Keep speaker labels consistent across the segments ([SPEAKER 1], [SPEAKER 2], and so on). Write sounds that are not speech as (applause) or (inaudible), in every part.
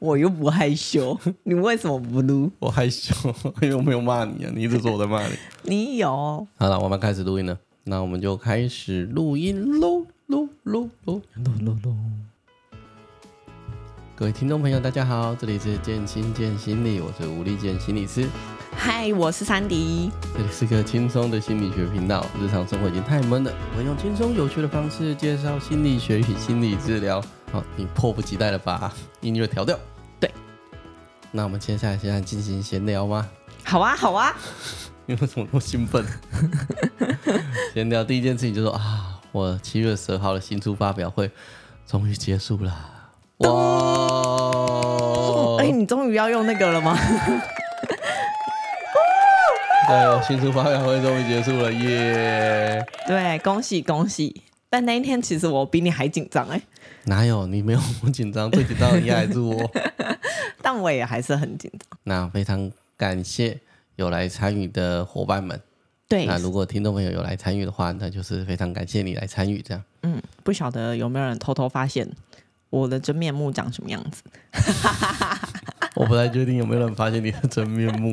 [SPEAKER 1] 我又不害羞， (laughs) 你为什么不录？
[SPEAKER 2] 我害羞，因为我没有骂你啊，你一直说我在骂你。
[SPEAKER 1] 你有
[SPEAKER 2] 好了，我们开始录音了，那我们就开始录音喽，录录录录录录。各位听众朋友，大家好，这里是健心健心理，我是吴立健心理师，
[SPEAKER 1] 嗨，我是珊迪。
[SPEAKER 2] 这里是个轻松的心理学频道，日常生活已经太闷了，我用轻松有趣的方式介绍心理学与心理治疗。好，你迫不及待的把音乐调掉。
[SPEAKER 1] 对，
[SPEAKER 2] 那我们接下来现在进行闲聊吗？
[SPEAKER 1] 好啊，好啊，
[SPEAKER 2] 你为什么那么兴奋？ (laughs) 闲聊第一件事情就说啊，我七月十号的新书发表会终于结束了，哇！
[SPEAKER 1] 哎、你终于要用那个了吗？
[SPEAKER 2] 对，我新书发表会终于结束了，耶！
[SPEAKER 1] (laughs) 对，恭喜恭喜！但那一天其实我比你还紧张哎、
[SPEAKER 2] 哪有你没有我紧张？最紧张的应该还是我。
[SPEAKER 1] 但我也还是很紧张。
[SPEAKER 2] 那非常感谢有来参与的伙伴们。
[SPEAKER 1] 对
[SPEAKER 2] 那，如果听众朋友有来参与的话，那就是非常感谢你来参与。这样，
[SPEAKER 1] 嗯，不晓得有没有人偷偷发现我的真面目长什么样子？
[SPEAKER 2] 我不太确定有没有人发现你的真面目。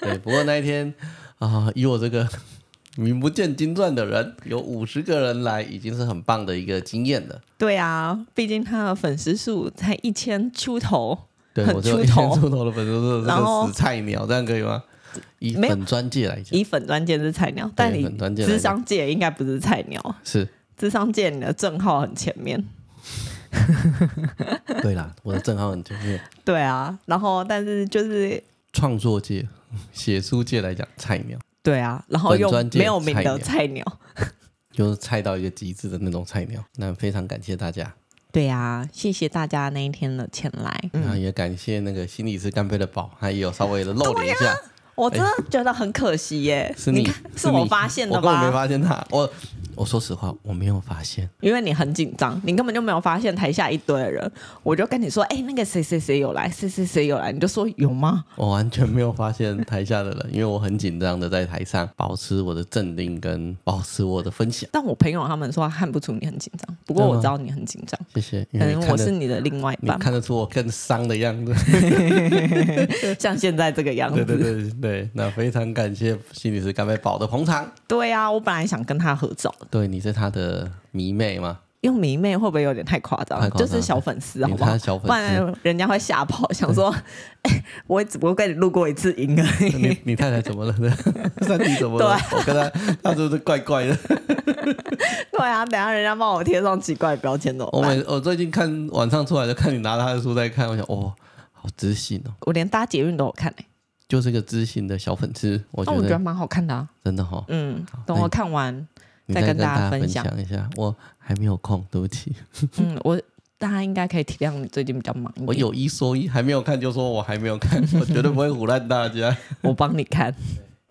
[SPEAKER 2] 对，不过那一天啊、以我这个 (laughs) 名不见经传的人，有五十个人来，已经是很棒的一个经验了。
[SPEAKER 1] 对啊，毕竟他的粉丝数才一千出头，
[SPEAKER 2] 对
[SPEAKER 1] 很
[SPEAKER 2] 我就
[SPEAKER 1] 出
[SPEAKER 2] 一天
[SPEAKER 1] 头
[SPEAKER 2] 出头的粉丝是
[SPEAKER 1] 然
[SPEAKER 2] 个
[SPEAKER 1] 后
[SPEAKER 2] 死菜鸟，这样可以吗？以
[SPEAKER 1] 没有
[SPEAKER 2] 粉专界来讲，
[SPEAKER 1] 以粉专界是菜鸟，但你
[SPEAKER 2] 粉专界来
[SPEAKER 1] 智
[SPEAKER 2] 讲
[SPEAKER 1] 商界应该不是菜鸟，
[SPEAKER 2] 是
[SPEAKER 1] 智商界你的正号很前面。
[SPEAKER 2] 对啦，我的正好很前面。
[SPEAKER 1] 对啊，然后但是就是
[SPEAKER 2] 创作界、 (laughs) 写书界来讲，菜鸟
[SPEAKER 1] 对啊，然后又
[SPEAKER 2] 本专界
[SPEAKER 1] 没有名的
[SPEAKER 2] 菜
[SPEAKER 1] 菜鸟。
[SPEAKER 2] 就是菜到一个极致的那种菜鸟。那非常感谢大家，
[SPEAKER 1] 对啊，谢谢大家那一天的前来。
[SPEAKER 2] 然后
[SPEAKER 1] 嗯，
[SPEAKER 2] 也感谢那个心理师干杯的宝，他也有稍微的露脸一下。
[SPEAKER 1] 我哦真的觉得很可惜耶。
[SPEAKER 2] 是
[SPEAKER 1] 你
[SPEAKER 2] 你
[SPEAKER 1] 看，是
[SPEAKER 2] 你
[SPEAKER 1] 我发现的
[SPEAKER 2] 我根本没
[SPEAKER 1] 吧？
[SPEAKER 2] 发现他。我我说实话，我没有发现。
[SPEAKER 1] 因为你很紧张，你根本就没有发现台下一堆人。我就跟你说，哎、那个谁谁谁有来，谁谁谁有来，你就说有吗？
[SPEAKER 2] 我完全没有发现台下的人，因为我很紧张的在台上保持我的镇定跟保持我的分享。
[SPEAKER 1] 但我朋友他们说看不出你很紧张，不过
[SPEAKER 2] 真的吗
[SPEAKER 1] 我知道你很紧张，
[SPEAKER 2] 谢谢，因
[SPEAKER 1] 可
[SPEAKER 2] 为
[SPEAKER 1] 能
[SPEAKER 2] 嗯
[SPEAKER 1] 嗯
[SPEAKER 2] 你
[SPEAKER 1] 我
[SPEAKER 2] 看
[SPEAKER 1] 是嗯
[SPEAKER 2] 得
[SPEAKER 1] 你的另外一
[SPEAKER 2] 你
[SPEAKER 1] 半，
[SPEAKER 2] 看得出我更伤的样
[SPEAKER 1] (laughs)
[SPEAKER 2] 子。
[SPEAKER 1] 像现在这个样
[SPEAKER 2] 对
[SPEAKER 1] 子。
[SPEAKER 2] 对对对，那非常感谢心理师干杯宝的捧场。
[SPEAKER 1] 对啊，我本来想跟他合照，
[SPEAKER 2] 对，你是他的迷妹吗？
[SPEAKER 1] 用迷妹会不会有点太夸张
[SPEAKER 2] 太？夸张
[SPEAKER 1] 就
[SPEAKER 2] 了
[SPEAKER 1] 是小粉丝，好
[SPEAKER 2] 你
[SPEAKER 1] 不
[SPEAKER 2] 他
[SPEAKER 1] 好
[SPEAKER 2] 的？小粉
[SPEAKER 1] 不
[SPEAKER 2] 丝，
[SPEAKER 1] 然人家会吓跑，想说， (laughs) 哎、我只不过跟你录过一次音而已。
[SPEAKER 2] 你你太太怎么了？ (laughs) 三弟怎么了？
[SPEAKER 1] 啊
[SPEAKER 2] 我跟他，他是不是怪怪的？
[SPEAKER 1] (laughs) 对啊，等一下人家帮我贴上奇怪的标签怎么
[SPEAKER 2] 我
[SPEAKER 1] 办？
[SPEAKER 2] 每我最近看晚上出来就看你拿他的书在看，我想哦，好知性哦，
[SPEAKER 1] 我连搭捷运都有看诶、
[SPEAKER 2] 就是个知性的小粉丝，我
[SPEAKER 1] 但
[SPEAKER 2] 觉
[SPEAKER 1] 哦我觉得
[SPEAKER 2] 得
[SPEAKER 1] 蛮好看的啊。
[SPEAKER 2] 真的哈。
[SPEAKER 1] 嗯，等
[SPEAKER 2] 那
[SPEAKER 1] 我
[SPEAKER 2] 你
[SPEAKER 1] 看完，
[SPEAKER 2] 你
[SPEAKER 1] 再
[SPEAKER 2] 再
[SPEAKER 1] 跟
[SPEAKER 2] 跟
[SPEAKER 1] 大家
[SPEAKER 2] 大家分
[SPEAKER 1] 分享
[SPEAKER 2] 享一下，我还没有空，对不起，
[SPEAKER 1] 嗯，我大家应该可以体谅你最近比较忙一点。
[SPEAKER 2] 哎我，有一说一，还没有看就说我还没有看，我绝对不会唬烂大家。
[SPEAKER 1] (laughs) 我帮你看。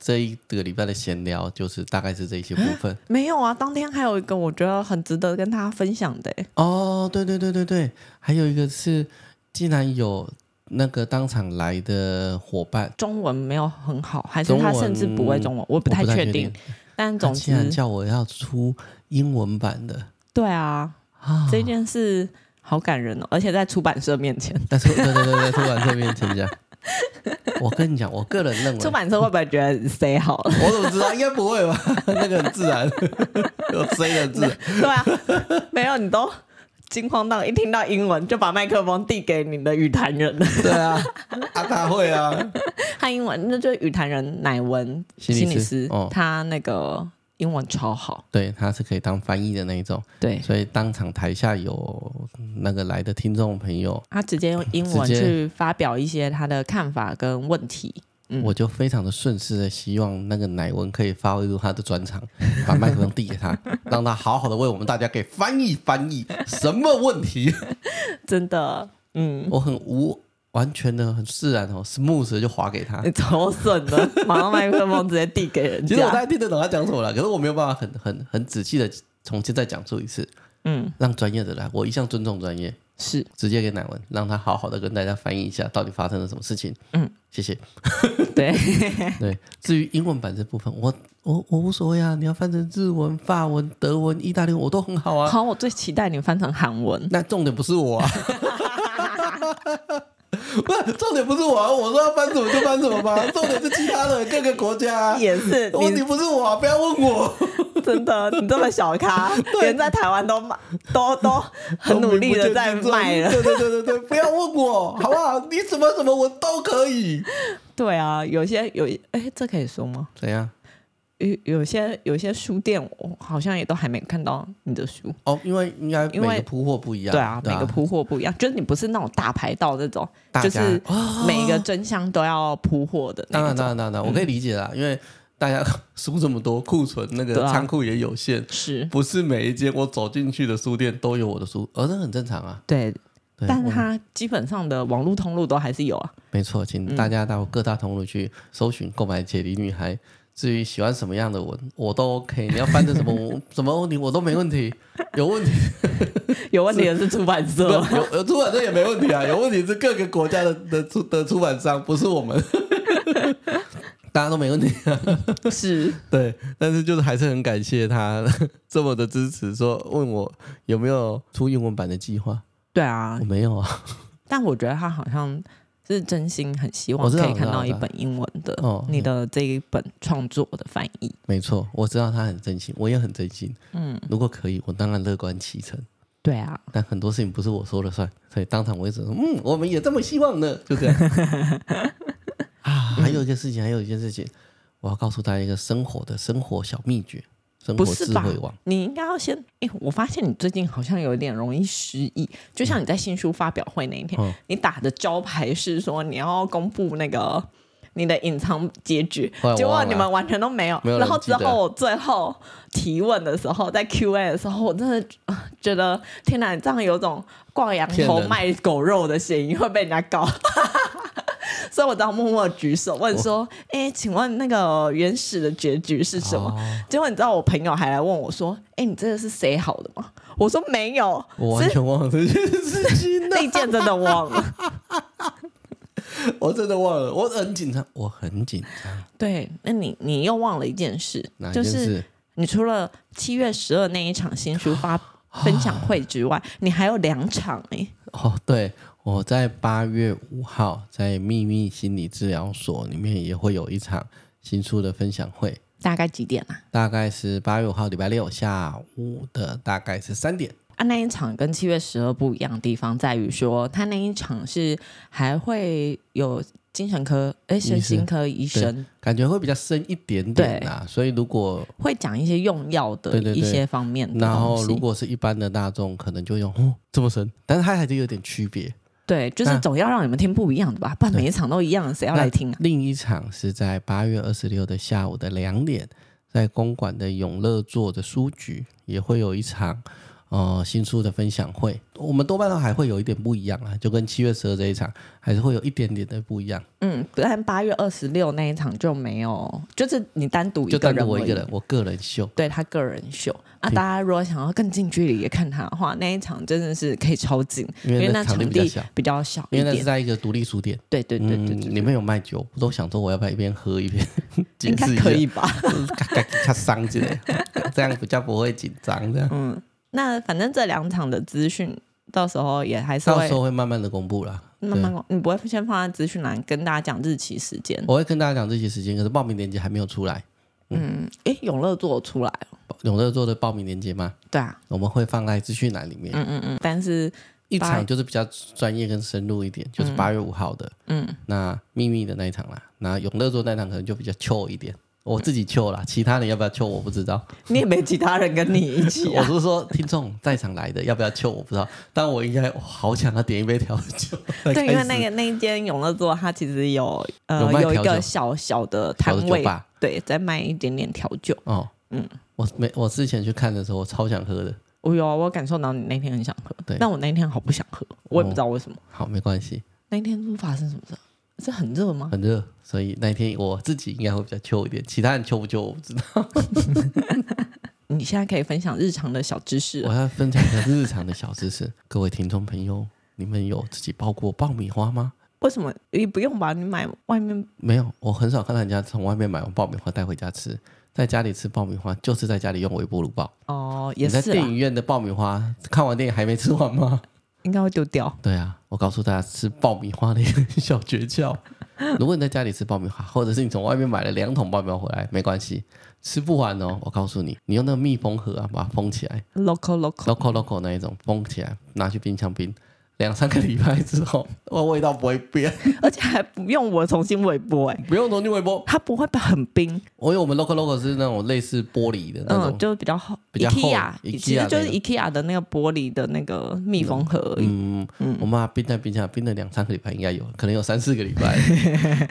[SPEAKER 2] 这一个礼拜的闲聊就是大概是这一些部
[SPEAKER 1] (laughs)
[SPEAKER 2] 分。
[SPEAKER 1] 没有啊，当天还有一个我觉得很值得跟大家分享的诶、
[SPEAKER 2] 哦，对对对对对，还有一个是，既然有那个当场来的伙伴，
[SPEAKER 1] 中文没有很好，还是他
[SPEAKER 2] 中文
[SPEAKER 1] 甚至不会中文，我不
[SPEAKER 2] 我
[SPEAKER 1] 太
[SPEAKER 2] 不太
[SPEAKER 1] 确
[SPEAKER 2] 确
[SPEAKER 1] 定。但
[SPEAKER 2] 他
[SPEAKER 1] 总
[SPEAKER 2] 竟然
[SPEAKER 1] 之，
[SPEAKER 2] 叫我要出英文版的
[SPEAKER 1] 对啊，
[SPEAKER 2] 啊！
[SPEAKER 1] 这件事好感人哦，而且在出版社面前。
[SPEAKER 2] 但是对对对对，出版社面
[SPEAKER 1] (laughs)
[SPEAKER 2] 前讲，我跟你讲，我个人认为，啊
[SPEAKER 1] 出版社会不会觉得谁好 (laughs) 了？
[SPEAKER 2] 我怎么知道？应该不会吧？ (laughs) 那个很自然，有 C 的自然。
[SPEAKER 1] 对啊，没有你都惊慌到一听到英文就把麦克风递给你的语坛人了。
[SPEAKER 2] 对啊，啊他会啊，
[SPEAKER 1] (laughs) 他英文那就是语坛人乃文
[SPEAKER 2] 心理师
[SPEAKER 1] 理师，
[SPEAKER 2] 哦
[SPEAKER 1] 他那个英文超好。
[SPEAKER 2] 对，他是可以当翻译的那一种，
[SPEAKER 1] 对
[SPEAKER 2] 所以当场台下有那个来的听众朋友，
[SPEAKER 1] 他直接用英文
[SPEAKER 2] 直接
[SPEAKER 1] 去发表一些他的看法跟问题。嗯
[SPEAKER 2] 我就非常的顺势的希望那个乃文可以发挥出他的专长，把麦克风递给他， (laughs) 让他好好的为我们大家给翻译翻译什么问题。
[SPEAKER 1] 真的，嗯，
[SPEAKER 2] 我很无完全的很自然哦，smooth 地就划给他
[SPEAKER 1] 你。超顺的， (laughs) 马上麦克风直接递给
[SPEAKER 2] (laughs)
[SPEAKER 1] 人
[SPEAKER 2] 其实我大
[SPEAKER 1] 家。
[SPEAKER 2] 概听得懂他讲什么了，可是我没有办法很很很仔细的重新再讲述一次，
[SPEAKER 1] 嗯，
[SPEAKER 2] 让专业的来。我一向尊重专业，
[SPEAKER 1] 是
[SPEAKER 2] 直接给乃文，让他好好的跟大家翻译一下到底发生了什么事情。
[SPEAKER 1] 嗯，
[SPEAKER 2] 谢谢。
[SPEAKER 1] (laughs) 对，
[SPEAKER 2] 对，至于英文版这部分，我我我无所谓啊，你要翻成日文、法文、德文、意大利文，我都很好啊。
[SPEAKER 1] (laughs) 好，我最期待你翻成韩文。
[SPEAKER 2] 那重点不是我啊，不是重点不是我，啊我说要搬什么就搬什么吧。重点是其他的各个国家。啊
[SPEAKER 1] (laughs) 也是
[SPEAKER 2] (laughs) 问题
[SPEAKER 1] 你
[SPEAKER 2] 不是我，啊不要问我。
[SPEAKER 1] 真的，你这么小
[SPEAKER 2] (laughs)
[SPEAKER 1] 咖，连在台湾都卖，都都很努力的在卖了。
[SPEAKER 2] 对对对对对，不要问我，好不好？你什么什么我都可以。
[SPEAKER 1] 对啊，有些有哎，这可以说吗？
[SPEAKER 2] 怎样？
[SPEAKER 1] 有有些有些书店，我好像也都还没看到你的书。
[SPEAKER 2] 哦，因为应该
[SPEAKER 1] 因为
[SPEAKER 2] 每个铺货不一样。
[SPEAKER 1] 对啊，每个铺货不一样，就是你不是那种大排道那种，
[SPEAKER 2] 大
[SPEAKER 1] 就
[SPEAKER 2] 家
[SPEAKER 1] 是每个真香都要铺货的
[SPEAKER 2] 当
[SPEAKER 1] 那
[SPEAKER 2] 然
[SPEAKER 1] 一
[SPEAKER 2] 当
[SPEAKER 1] 种。
[SPEAKER 2] 然当然，我可以理解啦，因为大家书这么多，库存那个
[SPEAKER 1] 对啊
[SPEAKER 2] 仓库也有限，
[SPEAKER 1] 是，
[SPEAKER 2] 不是每一间我走进去的书店都有我的书，而、这很正常啊。
[SPEAKER 1] 对，
[SPEAKER 2] 对
[SPEAKER 1] 但
[SPEAKER 2] 我
[SPEAKER 1] 它基本上的网络通路都还是有啊。
[SPEAKER 2] 没错，请大家到各大通路去搜寻购买解离女孩。至于喜欢什么样的文，我都 OK。你要翻成什么文什么问题，我都没问题。有问题
[SPEAKER 1] 有问题的是出版
[SPEAKER 2] 不
[SPEAKER 1] 社，
[SPEAKER 2] 有有出版社也没问题啊，有问题是各个国家的的出的出版商，不是我们， (laughs) 大家都没问题。
[SPEAKER 1] 是
[SPEAKER 2] (laughs) 对，但是就是还是很感谢他这么的支持，说问我有没有出英文版的计划，
[SPEAKER 1] 对啊
[SPEAKER 2] 我。没有啊。
[SPEAKER 1] 但我觉得他好像是真心很希望
[SPEAKER 2] 我知道
[SPEAKER 1] 可以看到
[SPEAKER 2] 我知
[SPEAKER 1] 一
[SPEAKER 2] 道
[SPEAKER 1] 本英文的
[SPEAKER 2] 哦
[SPEAKER 1] 你的这一本创作的翻译。
[SPEAKER 2] 没错，我知道他很真心，我也很真心。
[SPEAKER 1] 嗯，
[SPEAKER 2] 如果可以，我当然乐观其成。
[SPEAKER 1] 对啊，
[SPEAKER 2] 但很多事情不是我说了算，所以当场我也只能说，嗯，我们也这么希望呢，就
[SPEAKER 1] (laughs)
[SPEAKER 2] 这样。啊，还有一件事情，还有一件事情，我要告诉大家一个生活的生活小秘诀，生活
[SPEAKER 1] 不是
[SPEAKER 2] 智
[SPEAKER 1] 吧
[SPEAKER 2] 慧网。
[SPEAKER 1] 你应该要先，哎、我发现你最近好像有点容易失忆，就像你在新书发表会那一天，
[SPEAKER 2] 嗯
[SPEAKER 1] 你打的招牌是说你要公布那个你的隐藏结局
[SPEAKER 2] 后来，我
[SPEAKER 1] 结果
[SPEAKER 2] 忘了
[SPEAKER 1] 你们完全都没有。
[SPEAKER 2] 没有人
[SPEAKER 1] 然后之
[SPEAKER 2] 记得
[SPEAKER 1] 后我最后提问的时候，在 Q&A 的时候，我真的呃觉得天哪，你这样有种挂羊
[SPEAKER 2] 骗
[SPEAKER 1] 头
[SPEAKER 2] 人
[SPEAKER 1] 卖狗肉的嫌疑，会被人家告。 (laughs) 所以我只好默默地举手问
[SPEAKER 2] 哦
[SPEAKER 1] 说：“哎、请问那个原始的结局是什么？”
[SPEAKER 2] 哦
[SPEAKER 1] 结果你知道我朋友还来问我说：“哎、你这个是谁好的吗？”我说：“没有，
[SPEAKER 2] 我完
[SPEAKER 1] 是
[SPEAKER 2] 全忘了这件事情了
[SPEAKER 1] 那，一件真
[SPEAKER 2] (laughs)
[SPEAKER 1] 的忘了。
[SPEAKER 2] 我真的忘了，我很紧张，我很紧张。”
[SPEAKER 1] 对，那你你又忘了一件事，
[SPEAKER 2] 哪一
[SPEAKER 1] 就
[SPEAKER 2] 件
[SPEAKER 1] 是
[SPEAKER 2] 事？
[SPEAKER 1] 你除了七月十二那一场新书发分享会之外，你还有两场哎、
[SPEAKER 2] 哦，对，我在八月五号在秘密心理治疗所里面也会有一场新书的分享会，
[SPEAKER 1] 大概几点啊？
[SPEAKER 2] 大概是八月五号礼拜六下午的大概是三点。
[SPEAKER 1] 啊，那一场跟七月十二不一样的地方在于说，他那一场是还会有精神科、哎、身心科医生
[SPEAKER 2] 感觉会比较深一点点啦、所以如果
[SPEAKER 1] 会讲一些用药的
[SPEAKER 2] 对对
[SPEAKER 1] 一
[SPEAKER 2] 对
[SPEAKER 1] 些方面的
[SPEAKER 2] 然
[SPEAKER 1] 东
[SPEAKER 2] 后
[SPEAKER 1] 西
[SPEAKER 2] 如果是一般的大众，可能就用哦这么深，但是它还是有点区别。
[SPEAKER 1] 对，就是
[SPEAKER 2] 那
[SPEAKER 1] 总要让你们听不一样的吧，不然
[SPEAKER 2] 对
[SPEAKER 1] 每一场都一样，谁要来听啊？
[SPEAKER 2] 另一场是在八月二十六的下午的两点，在公馆的永乐座的书局也会有一场呃新书的分享会。我们多半都还会有一点不一样啊，就跟七月十二这一场还是会有一点点的不一样。
[SPEAKER 1] 嗯，但八月二十六那一场就没有，就是你单独一
[SPEAKER 2] 就
[SPEAKER 1] 个
[SPEAKER 2] 单
[SPEAKER 1] 人，
[SPEAKER 2] 独我一个人，，我个人秀。
[SPEAKER 1] 对他个人秀啊。大家如果想要更近距离的看他的话，那一场真的是可以超近，
[SPEAKER 2] 因为
[SPEAKER 1] 那
[SPEAKER 2] 那场地比较
[SPEAKER 1] 地
[SPEAKER 2] 小
[SPEAKER 1] 比较小一
[SPEAKER 2] 因为那是
[SPEAKER 1] 点。
[SPEAKER 2] 在一个独立书店，
[SPEAKER 1] 对对对对
[SPEAKER 2] 嗯，
[SPEAKER 1] 对，
[SPEAKER 2] 里面有卖酒，我都想说我要不要一边喝一边解
[SPEAKER 1] 应该
[SPEAKER 2] 释一下，
[SPEAKER 1] 可以吧？ (laughs)
[SPEAKER 2] 嘎嘎咔伤之类，这样比较不会紧张。这样
[SPEAKER 1] 那反正这两场的资讯到时候也还是
[SPEAKER 2] 到
[SPEAKER 1] 会
[SPEAKER 2] 时候会慢慢的公布啦，
[SPEAKER 1] 慢慢公，你不会先放在资讯栏跟大家讲日期时间
[SPEAKER 2] 对。我会跟大家讲这些时间，可是报名链接还没有出来。
[SPEAKER 1] 嗯，诶，永乐做出来哦了，
[SPEAKER 2] 永乐做的报名链接吗？
[SPEAKER 1] 对啊，
[SPEAKER 2] 我们会放在资讯栏里面。
[SPEAKER 1] 嗯嗯嗯，但是
[SPEAKER 2] 一
[SPEAKER 1] 八
[SPEAKER 2] 场就是比较专业跟深入一点，就是八月五号的，
[SPEAKER 1] 嗯，
[SPEAKER 2] 那秘密的那一场啦。那永乐做那一场可能就比较 chill 一点，我自己 chill 啦，其他人要不要 chill 我不知道。
[SPEAKER 1] 你也没其他人跟你一 (laughs) 起
[SPEAKER 2] 我
[SPEAKER 1] 啊。
[SPEAKER 2] 是说听众在场来的要不要 chill 我不知道，但我应该我好想要点一杯调酒。
[SPEAKER 1] (laughs) 对，因为那个
[SPEAKER 2] 个
[SPEAKER 1] 那一间永乐座，它其实有呃
[SPEAKER 2] 有卖
[SPEAKER 1] 有一
[SPEAKER 2] 调
[SPEAKER 1] 个
[SPEAKER 2] 酒
[SPEAKER 1] 小小的
[SPEAKER 2] 调
[SPEAKER 1] 摊
[SPEAKER 2] 酒
[SPEAKER 1] 位，
[SPEAKER 2] 吧
[SPEAKER 1] 对，在卖一点点调酒。
[SPEAKER 2] 哦，
[SPEAKER 1] 嗯
[SPEAKER 2] 嗯，我没我之前去看的时候，我超想喝的。
[SPEAKER 1] 我有啊，我感受到你那天很想喝
[SPEAKER 2] 对，
[SPEAKER 1] 但我那天好不想喝，我也不知道为什么。
[SPEAKER 2] 好，没关系，
[SPEAKER 1] 那天是不是发生什么事啊？是很热吗？
[SPEAKER 2] 很热，所以那一天我自己应该会比较 chill 一点，其他人 chill 不 chill 我不知道。
[SPEAKER 1] 你现在可以分享日常的小知识
[SPEAKER 2] 我
[SPEAKER 1] 啊，
[SPEAKER 2] 要分享一个日常的小知识，各位听众朋友，你们有自己包过爆米花吗？
[SPEAKER 1] 为什么你不用吧？你买外面
[SPEAKER 2] 没有，我很少看到人家从外面买完爆米花带回家吃，在家里吃爆米花就是在家里用微波炉爆。
[SPEAKER 1] 哦，
[SPEAKER 2] 你
[SPEAKER 1] 也
[SPEAKER 2] 在
[SPEAKER 1] 是
[SPEAKER 2] 电
[SPEAKER 1] 啊，
[SPEAKER 2] 影院的爆米花看完电影还没吃完吗？
[SPEAKER 1] 应该会丢掉。
[SPEAKER 2] 对啊，我告诉大家吃爆米花的一个小诀
[SPEAKER 1] (laughs)
[SPEAKER 2] 窍。如果你在家里吃爆米花，或者是你从外面买了两桶爆米花回来，没关系，吃不完哦。我告诉你，你用那个密封盒啊，把它封起来
[SPEAKER 1] local local，
[SPEAKER 2] ，loco loco 那一种封起来，拿去冰箱冰，两三个礼拜之后， (laughs) 哇，味道不会变，
[SPEAKER 1] 而且还不用我重新微波、哎，
[SPEAKER 2] 不用重新微波。
[SPEAKER 1] 它不会很冰，
[SPEAKER 2] 我因为我们 loco loco 是那种类似玻璃的那
[SPEAKER 1] 嗯，
[SPEAKER 2] 种，
[SPEAKER 1] 就是比较厚
[SPEAKER 2] 比较厚
[SPEAKER 1] IKEA，
[SPEAKER 2] IKEA
[SPEAKER 1] 其实就是
[SPEAKER 2] 那种
[SPEAKER 1] IKEA 的那个玻璃的那个密封盒而已。
[SPEAKER 2] 嗯，我妈冰在冰箱冰了两三个礼拜，应该有，可能有三四个礼拜。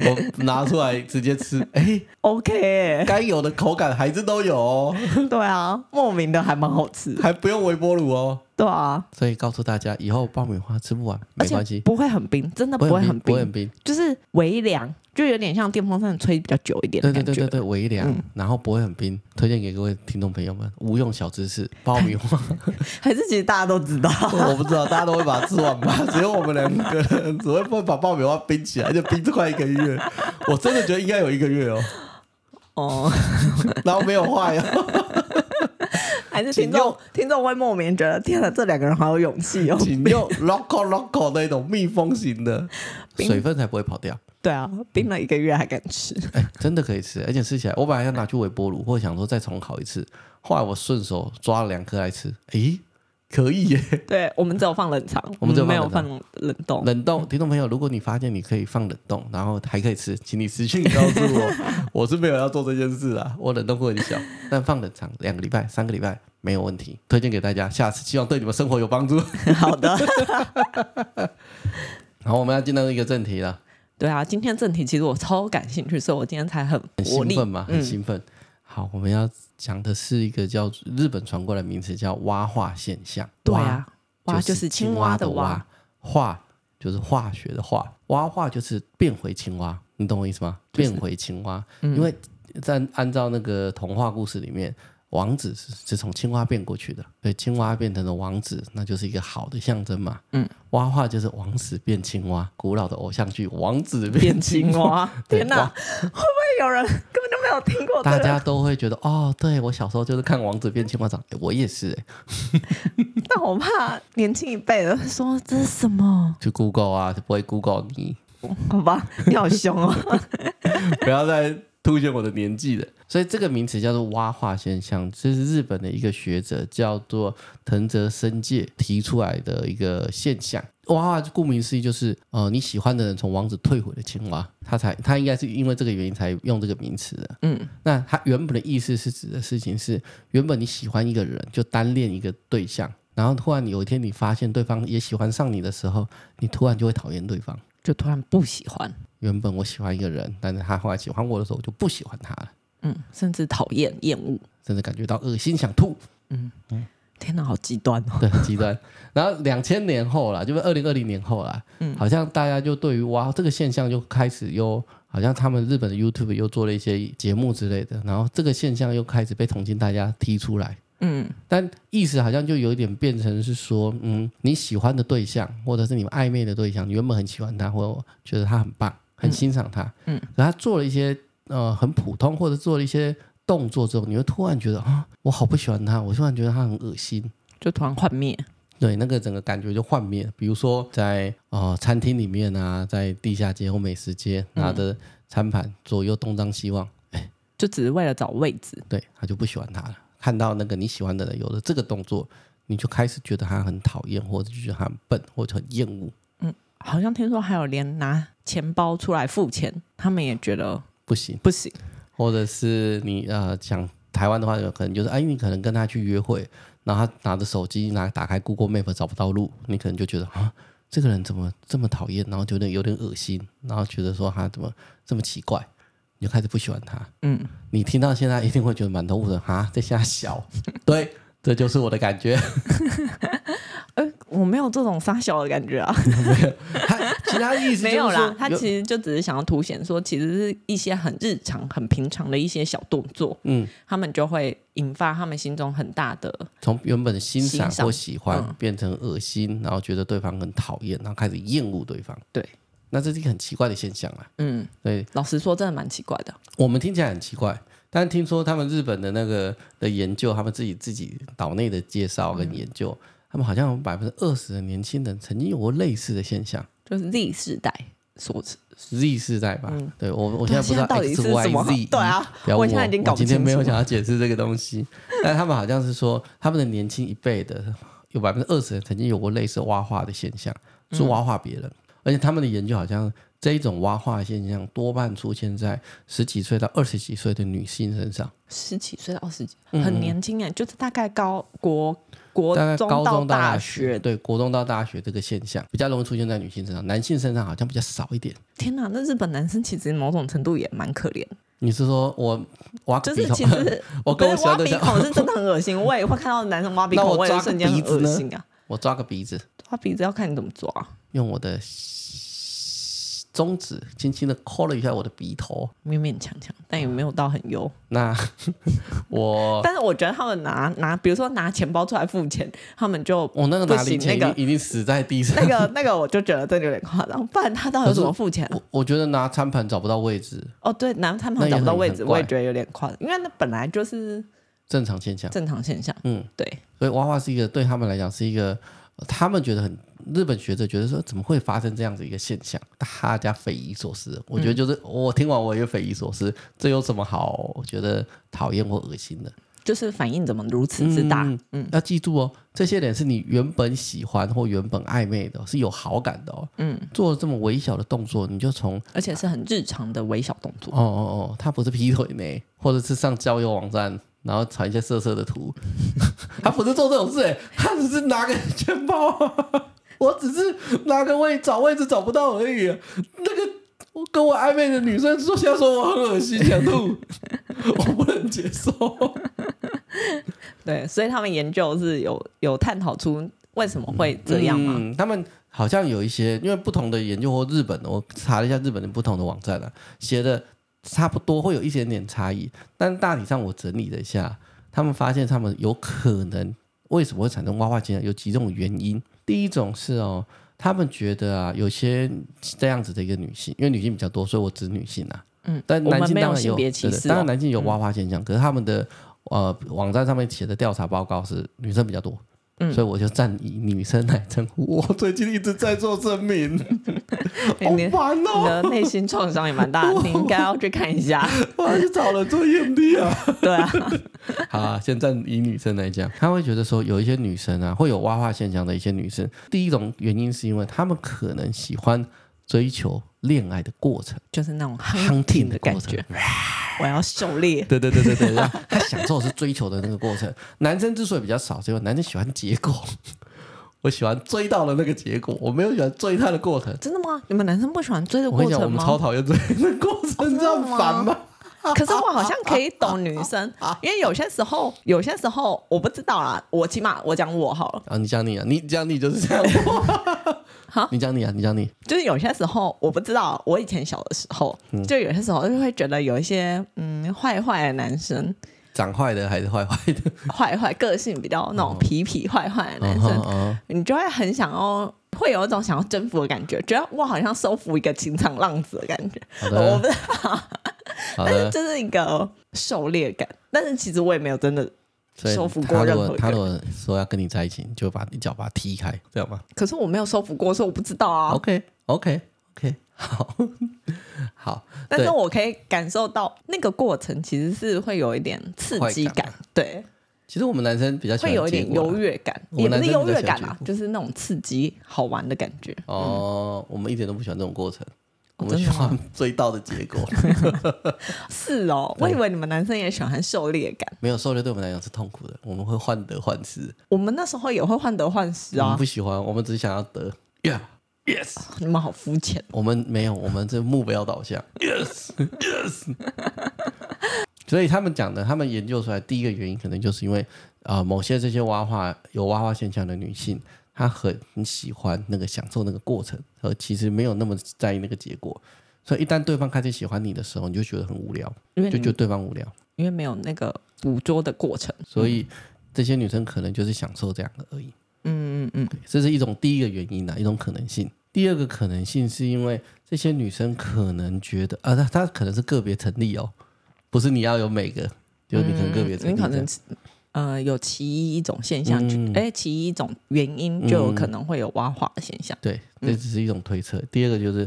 [SPEAKER 2] 我拿出来直接吃，哎、
[SPEAKER 1] OK，哎、 (laughs)
[SPEAKER 2] 该有的口感还是都有哦，
[SPEAKER 1] 对啊，莫名的还蛮好吃，
[SPEAKER 2] 还不用微波炉哦。
[SPEAKER 1] 对啊，
[SPEAKER 2] 所以告诉大家，以后爆米花吃不完
[SPEAKER 1] 而
[SPEAKER 2] 没关
[SPEAKER 1] 且
[SPEAKER 2] 系，
[SPEAKER 1] 不会很冰，真的不会
[SPEAKER 2] 会
[SPEAKER 1] 很
[SPEAKER 2] 不
[SPEAKER 1] 冰，
[SPEAKER 2] 会很冰。
[SPEAKER 1] 就是微凉，就有点像电风扇吹比较久一点的
[SPEAKER 2] 对对
[SPEAKER 1] 感觉。
[SPEAKER 2] 对对对，微凉，然后不会很冰，推荐给各位听众朋友们。无用小知识，爆米花，
[SPEAKER 1] 还是其实大家都知道，
[SPEAKER 2] (laughs) 我不知道大家都会把它吃完吧？ (laughs) 只有我们两个人只会把爆米花冰起来，就冰快一个月。我真的觉得应该有一个月哦，
[SPEAKER 1] 哦，
[SPEAKER 2] 然后没有坏哦。 (laughs)
[SPEAKER 1] 还是
[SPEAKER 2] 请
[SPEAKER 1] 听众
[SPEAKER 2] 用
[SPEAKER 1] 听众会莫名觉得，天哪，这两个人好有勇气哦。
[SPEAKER 2] 请 (laughs) 用 loco loco 那种密封型的，
[SPEAKER 1] 冰
[SPEAKER 2] 水分才不会跑掉。
[SPEAKER 1] 对啊，冰了一个月还敢
[SPEAKER 2] (laughs)
[SPEAKER 1] 吃，
[SPEAKER 2] 哎，真的可以吃，而且吃起来，我本来要拿去微波炉，或者想说再重烤一次，后来我顺手抓了两颗来吃，诶，可以耶！
[SPEAKER 1] 对我们只有放冷藏，
[SPEAKER 2] 我们只有
[SPEAKER 1] 没
[SPEAKER 2] 放
[SPEAKER 1] 有
[SPEAKER 2] 冷
[SPEAKER 1] 放
[SPEAKER 2] 藏
[SPEAKER 1] 冷冻。
[SPEAKER 2] 冷冻，听众朋友，如果你发现你可以放冷冻，然后还可以吃，请你私信告诉我， (laughs) 我是没有要做这件事啊，我冷冻库很小， (laughs) 但放冷藏两个礼拜、三个礼拜没有问题，推荐给大家，下次希望对你们生活有帮助。 (laughs)
[SPEAKER 1] (laughs) 好的，
[SPEAKER 2] 然后我们要进到一个正题了。
[SPEAKER 1] 对啊，今天正题其实我超感兴趣，所以我今天才很活
[SPEAKER 2] 很兴
[SPEAKER 1] 力
[SPEAKER 2] 奋嘛，很兴奋。好，我们要讲的是一个叫日本传过来的名词，叫蛙化现象。
[SPEAKER 1] 对啊，
[SPEAKER 2] 蛙，
[SPEAKER 1] 蛙
[SPEAKER 2] 就
[SPEAKER 1] 就是青
[SPEAKER 2] 青
[SPEAKER 1] 蛙的
[SPEAKER 2] 的
[SPEAKER 1] (laughs) 蛙，，
[SPEAKER 2] 化就是化学的化，蛙化就是变回青蛙，你懂我意思吗？变回青蛙，
[SPEAKER 1] 嗯
[SPEAKER 2] 因为在按照那个童话故事里面。王子是是从青蛙变过去的，所以青蛙变成了王子，那就是一个好的象征嘛。
[SPEAKER 1] 嗯，
[SPEAKER 2] 蛙化就是王子变青蛙，古老的偶像剧《王子
[SPEAKER 1] 变
[SPEAKER 2] 变青
[SPEAKER 1] 青
[SPEAKER 2] 蛙》
[SPEAKER 1] 蛙。
[SPEAKER 2] 对
[SPEAKER 1] 天哪，
[SPEAKER 2] 蛙
[SPEAKER 1] 会不会有人根本就没有听过这
[SPEAKER 2] (laughs)
[SPEAKER 1] 个？
[SPEAKER 2] 大家都会觉得哦，对我小时候就是看《王子变青蛙》长，诶我也是、诶
[SPEAKER 1] 但我怕年轻一辈的说这是什 (laughs) 么？
[SPEAKER 2] 去 Google 啊，就不会 Google 你，
[SPEAKER 1] 好吧，你好凶哦。
[SPEAKER 2] (laughs) 不要再凸显我的年纪了。所以这个名词叫做蛙化现象，这是日本的一个学者叫做藤泽伸介提出来的一个现象。蛙化顾名思义就是呃你喜欢的人从王子退回了青蛙，他才他应该是因为这个原因才用这个名词的。
[SPEAKER 1] 嗯，
[SPEAKER 2] 那它原本的意思是指的事情是，原本你喜欢一个人就单恋一个对象，然后突然有一天你发现对方也喜欢上你的时候，你突然就会讨厌对方。
[SPEAKER 1] (laughs) 就突然不喜欢，
[SPEAKER 2] 原本我喜欢一个人，但是他后来喜欢我的时候，我就不喜欢他了，
[SPEAKER 1] 嗯，甚至讨厌、厌恶。
[SPEAKER 2] 甚至感觉到恶心想吐， (laughs)
[SPEAKER 1] 天哪，好极端哦！
[SPEAKER 2] 对，很极端。然后两千年后啦，就是二零二零年后啦，好像大家就对于哇这个现象就开始又好像他们日本的 YouTube 又做了一些节目之类的，然后这个现象又开始被重新大家提出来。
[SPEAKER 1] 嗯，
[SPEAKER 2] 但意思好像就有一点变成是说，嗯，你喜欢的对象，或者是你们暧昧的对象，你原本很喜欢他，或觉得他很棒，很欣赏他，嗯，然后他做了一些呃很普通，或者做了一些动作之后，你会突然觉得啊，我好不喜欢他，我突然觉得他很恶心，
[SPEAKER 1] 就突然幻灭。
[SPEAKER 2] 对，那个整个感觉就幻灭。比如说在呃餐厅里面啊，在地下街或美食街，拿着餐盘左右东张西望，
[SPEAKER 1] 就只是为了找位置，
[SPEAKER 2] 对，他就不喜欢他了。看到那个你喜欢的人有了这个动作，你就开始觉得他很讨厌，或者就觉得他很笨，或者很厌恶，
[SPEAKER 1] 好像听说还有连拿钱包出来付钱，他们也觉得
[SPEAKER 2] 不行。
[SPEAKER 1] 不行。
[SPEAKER 2] 或者是你呃讲台湾的话，有可能就是哎，你可能跟他去约会，然后他拿着手机拿打开 Google Map 找不到路，你可能就觉得啊，这个人怎么这么讨厌，然后觉得有点恶心，然后觉得说他怎么这么奇怪，你就开始不喜欢他。
[SPEAKER 1] 嗯，
[SPEAKER 2] 你听到现在一定会觉得满头雾水，啊，在瞎小， (laughs) 对，这就是我的感觉。
[SPEAKER 1] 呃，我没有这种撒小的感觉啊，
[SPEAKER 2] 他其他意思就是
[SPEAKER 1] 没有啦
[SPEAKER 2] 说。
[SPEAKER 1] 他其实就只是想要凸显说，其实是一些很日常、很平常的一些小动作，
[SPEAKER 2] 嗯，
[SPEAKER 1] 他们就会引发他们心中很大的。
[SPEAKER 2] 从原本的欣赏
[SPEAKER 1] 欣赏
[SPEAKER 2] 或喜欢
[SPEAKER 1] 嗯
[SPEAKER 2] 变成恶心，然后觉得对方很讨厌，然后开始厌恶对方。
[SPEAKER 1] 对，
[SPEAKER 2] 那这是一个很奇怪的现象啊。
[SPEAKER 1] 嗯，
[SPEAKER 2] 对
[SPEAKER 1] 老实说，真的蛮奇怪的。
[SPEAKER 2] 我们听起来很奇怪，但
[SPEAKER 1] 嗯
[SPEAKER 2] 听说他们日本的那个的研究，他们自己自己岛内的介绍跟研究，他们好像有百分之二十的年轻人曾经有过类似的现象
[SPEAKER 1] 就是 Z 世代所指。
[SPEAKER 2] ，Z 世代吧？对我，我现在不知道
[SPEAKER 1] 对嗯啊现在到底
[SPEAKER 2] X
[SPEAKER 1] 是
[SPEAKER 2] Y
[SPEAKER 1] 什么
[SPEAKER 2] Z，嗯
[SPEAKER 1] 对啊
[SPEAKER 2] 不要
[SPEAKER 1] 我
[SPEAKER 2] 问
[SPEAKER 1] 现在已经搞
[SPEAKER 2] 我
[SPEAKER 1] 不
[SPEAKER 2] 今天
[SPEAKER 1] 清
[SPEAKER 2] 没有
[SPEAKER 1] 楚
[SPEAKER 2] 想要解释这个东西， (laughs) 但他们好像是说，他们的年轻一辈的有百分之二十曾经有过类似挖话的现象，是挖话别人，而且他们的研究好像这一种挖话现象多半出现在十几岁到二十几岁的女性身上。
[SPEAKER 1] 十几岁到二十几，很年轻哎、就是大概高国国
[SPEAKER 2] 大概
[SPEAKER 1] 中
[SPEAKER 2] 高
[SPEAKER 1] 到
[SPEAKER 2] 中到大
[SPEAKER 1] 学。
[SPEAKER 2] 对国中到大学这个现象比较容易出现在女性身上，男性身上好像比较少一点。
[SPEAKER 1] 天哪，那日本男生其实某种程度也蛮可怜，
[SPEAKER 2] 你是说我挖个
[SPEAKER 1] 就
[SPEAKER 2] 啊鼻
[SPEAKER 1] 是
[SPEAKER 2] 孔？
[SPEAKER 1] 其实
[SPEAKER 2] (laughs) 我跟我
[SPEAKER 1] 对
[SPEAKER 2] 喜
[SPEAKER 1] 挖
[SPEAKER 2] 欢对
[SPEAKER 1] 鼻
[SPEAKER 2] 象，
[SPEAKER 1] 孔是真的很恶心，我也会看到男生挖鼻
[SPEAKER 2] 那
[SPEAKER 1] 孔，
[SPEAKER 2] 我
[SPEAKER 1] 我也
[SPEAKER 2] 抓
[SPEAKER 1] 瞬
[SPEAKER 2] 个
[SPEAKER 1] 间很
[SPEAKER 2] 鼻子
[SPEAKER 1] 恶
[SPEAKER 2] 呢
[SPEAKER 1] 心啊！
[SPEAKER 2] (laughs) 我抓个鼻子，
[SPEAKER 1] 抓鼻子要看你怎么抓，
[SPEAKER 2] 用我的中指轻轻的抠了一下我的鼻头。
[SPEAKER 1] 勉勉强强，但也没有到很优。
[SPEAKER 2] 那我
[SPEAKER 1] 但是我觉得他们拿拿，比如说拿钱包出来付钱，他们就
[SPEAKER 2] 我那个
[SPEAKER 1] 不
[SPEAKER 2] 哪里
[SPEAKER 1] 行
[SPEAKER 2] 钱一
[SPEAKER 1] 那
[SPEAKER 2] 定
[SPEAKER 1] 个
[SPEAKER 2] 一定死在地上。
[SPEAKER 1] 那个那个，我就觉得这有点夸张，不然他到底有什么付钱啊、
[SPEAKER 2] 我我觉得拿餐盘找不到位置，
[SPEAKER 1] 哦，对，男他
[SPEAKER 2] 那
[SPEAKER 1] 们
[SPEAKER 2] 也
[SPEAKER 1] 找不到
[SPEAKER 2] 很
[SPEAKER 1] 位
[SPEAKER 2] 很
[SPEAKER 1] 置，
[SPEAKER 2] 怪
[SPEAKER 1] 我也觉得有点夸张，因为那本来就是
[SPEAKER 2] 正常现象。
[SPEAKER 1] 正常现象。
[SPEAKER 2] 嗯，
[SPEAKER 1] 对，
[SPEAKER 2] 所以娃娃是一个对他们来讲是一个，呃他们觉得很日本学者觉得说怎么会发生这样子一个现象，大家匪夷所思。我觉得
[SPEAKER 1] 嗯
[SPEAKER 2] 就是、我听完我也匪夷所思，这有什么好我觉得讨厌或恶心的？
[SPEAKER 1] 就是反应怎么如此之大？
[SPEAKER 2] 嗯，要记住哦，这些人是你原本喜欢或原本暧昧的哦，是有好感的哦。嗯，做了这么微小的动作，你就从
[SPEAKER 1] 而且是很日常的微小动作。
[SPEAKER 2] 哦哦哦，他不是劈腿呢，或者是上交友网站，然后传一些色色的 (laughs) 图，他不是做这种事，哎，他只是拿个钱包、啊， (laughs) 我只是拿个位找位置找不到而已、啊。那个我跟我暧昧的女生说，现在说我很恶心，想 (laughs) 吐，我不能接受。
[SPEAKER 1] 对，所以他们研究是有有探讨出为什么会这样吗？
[SPEAKER 2] 嗯？他们好像有一些，因为不同的研究或日本的，我查了一下日本的不同的网站啊，写的差不多，会有一点点差异，但大体上我整理了一下，他们发现他们有可能为什么会产生蛙化现象，有几种原因。第一种是哦，他们觉得啊，有些这样子的一个女性，因为女性比较多，所以我指女性啊。
[SPEAKER 1] 嗯，
[SPEAKER 2] 但
[SPEAKER 1] 我
[SPEAKER 2] 男
[SPEAKER 1] 们
[SPEAKER 2] 性
[SPEAKER 1] 没
[SPEAKER 2] 当
[SPEAKER 1] 有
[SPEAKER 2] 然有，
[SPEAKER 1] 性别歧
[SPEAKER 2] 对对
[SPEAKER 1] 视、
[SPEAKER 2] 当然
[SPEAKER 1] 哦。
[SPEAKER 2] 男性有蛙化现象，可是他们的呃网站上面写的调查报告是女生比较多，
[SPEAKER 1] 嗯
[SPEAKER 2] 所以我就暂以女生来称呼。我 (laughs) 最近一直在做证 (laughs) 明，好
[SPEAKER 1] 你
[SPEAKER 2] 烦
[SPEAKER 1] 你
[SPEAKER 2] 哦、
[SPEAKER 1] 的内心创伤也蛮大
[SPEAKER 2] (laughs)
[SPEAKER 1] 的，你应该要去看一下。
[SPEAKER 2] 我还是找了做验地啊。
[SPEAKER 1] 对啊，
[SPEAKER 2] (laughs) 好啊，现在以女生来讲，她会觉得说有一些女生啊，会有挖化现象的一些女生，第一种原因是因为她们可能喜欢追求恋爱的过程
[SPEAKER 1] 就是那种
[SPEAKER 2] ，hunting
[SPEAKER 1] hunting
[SPEAKER 2] 的
[SPEAKER 1] 的
[SPEAKER 2] 过
[SPEAKER 1] 感
[SPEAKER 2] 程
[SPEAKER 1] 觉，，我要狩猎。
[SPEAKER 2] 对对对对对，然后他享受的是追求的那个过程。男生之所以比较少，是因为男生喜欢结果， (laughs) 我喜欢追到了那个结果，我没有喜欢追他的过程。
[SPEAKER 1] 真的吗？你们男生不喜欢追的
[SPEAKER 2] 我
[SPEAKER 1] 过
[SPEAKER 2] 跟你讲，我
[SPEAKER 1] 程
[SPEAKER 2] 们超
[SPEAKER 1] 吗？哦
[SPEAKER 2] 讨厌追的过程，你知道
[SPEAKER 1] 真的吗
[SPEAKER 2] 烦吗？
[SPEAKER 1] 可是我好像可以懂女生，因为有些时候，有些时候我不知道啦。我起码我讲我好了，
[SPEAKER 2] 啊，你讲你啊，你讲你就是这 (laughs) 样。
[SPEAKER 1] 好
[SPEAKER 2] 你讲你啊，你讲你，
[SPEAKER 1] 就是有些时候我不知道，我以前小的时候，
[SPEAKER 2] 嗯
[SPEAKER 1] 就有些时候就会觉得有一些嗯坏坏的男生，
[SPEAKER 2] 长坏的还是坏坏的？
[SPEAKER 1] 坏坏个性比较
[SPEAKER 2] 哦
[SPEAKER 1] 那种痞痞坏坏的男
[SPEAKER 2] (laughs) 嗯
[SPEAKER 1] 生，
[SPEAKER 2] 嗯 (laughs)
[SPEAKER 1] 你就会很想要。会有一种想要征服的感觉，觉得我好像收服一个情场浪子的感觉。
[SPEAKER 2] 好
[SPEAKER 1] 我
[SPEAKER 2] 的
[SPEAKER 1] 不，
[SPEAKER 2] 好
[SPEAKER 1] 但
[SPEAKER 2] (laughs)
[SPEAKER 1] 是
[SPEAKER 2] 的。
[SPEAKER 1] 这是一个狩猎感，但是其实我也没有真的
[SPEAKER 2] 所以
[SPEAKER 1] 收服
[SPEAKER 2] 他
[SPEAKER 1] 过
[SPEAKER 2] 如
[SPEAKER 1] 任何
[SPEAKER 2] 果
[SPEAKER 1] 人
[SPEAKER 2] 他如果说要跟你在一起，你就把一脚把他踢开，这样吗？
[SPEAKER 1] 可是我没有收服过，所以我不知道啊。
[SPEAKER 2] OK OK OK，好 (laughs) 好，
[SPEAKER 1] 但是
[SPEAKER 2] 对
[SPEAKER 1] 我可以感受到那个过程其实是会有一点刺激
[SPEAKER 2] 快感
[SPEAKER 1] 感，对，
[SPEAKER 2] 其实我们男生比较喜欢
[SPEAKER 1] 会有一
[SPEAKER 2] 结
[SPEAKER 1] 点
[SPEAKER 2] 果啦
[SPEAKER 1] 优越感，
[SPEAKER 2] 我
[SPEAKER 1] 也
[SPEAKER 2] 们
[SPEAKER 1] 不
[SPEAKER 2] 男
[SPEAKER 1] 是
[SPEAKER 2] 生
[SPEAKER 1] 优
[SPEAKER 2] 比较
[SPEAKER 1] 越
[SPEAKER 2] 喜
[SPEAKER 1] 感
[SPEAKER 2] 欢
[SPEAKER 1] 啦
[SPEAKER 2] 结，
[SPEAKER 1] 就是那种刺激好玩的感觉。
[SPEAKER 2] 哦，我们一点都不喜欢这种过程，我们
[SPEAKER 1] 真
[SPEAKER 2] 喜
[SPEAKER 1] 的
[SPEAKER 2] 欢追哦到的结果。 (laughs)
[SPEAKER 1] 是哦，我以为你们男生也喜欢狩猎感，
[SPEAKER 2] 没有狩猎对我们来讲是痛苦的，我们会患得患失，
[SPEAKER 1] 我们那时候也会患得患失
[SPEAKER 2] 我们
[SPEAKER 1] 啊
[SPEAKER 2] 不。喜欢，我们只想要得。Yeah, yes，
[SPEAKER 1] 你们好肤浅，
[SPEAKER 2] 我们没有，我们这目标导向。Yes, yes。所以他们讲的，他们研究出来第一个原因，可能就是因为呃，某些这些蛙化有蛙化现象的女性，她很很喜欢那个享受那个过程，而其实没有那么在意那个结果。所以一旦对方开始喜欢你的时候，你就觉得很无聊，
[SPEAKER 1] 因为
[SPEAKER 2] 就
[SPEAKER 1] 你
[SPEAKER 2] 觉得对方无聊。
[SPEAKER 1] 因为没有那个捕捉的过程，
[SPEAKER 2] 所以这些女生可能就是享受这样的而已。
[SPEAKER 1] 嗯嗯嗯，
[SPEAKER 2] 对这是一种第一个原因啊，一种可能性。第二个可能性是因为这些女生可能觉得啊，她她可能是个别成立哦，不是你要有每个，就你可能个别成
[SPEAKER 1] 你
[SPEAKER 2] 立
[SPEAKER 1] 嗯可
[SPEAKER 2] 这样。
[SPEAKER 1] 能呃有其一种现象，
[SPEAKER 2] 嗯
[SPEAKER 1] 哎、其一种原因就有可能会有挖化的现象。
[SPEAKER 2] 对，这只是一种推测。第二个就是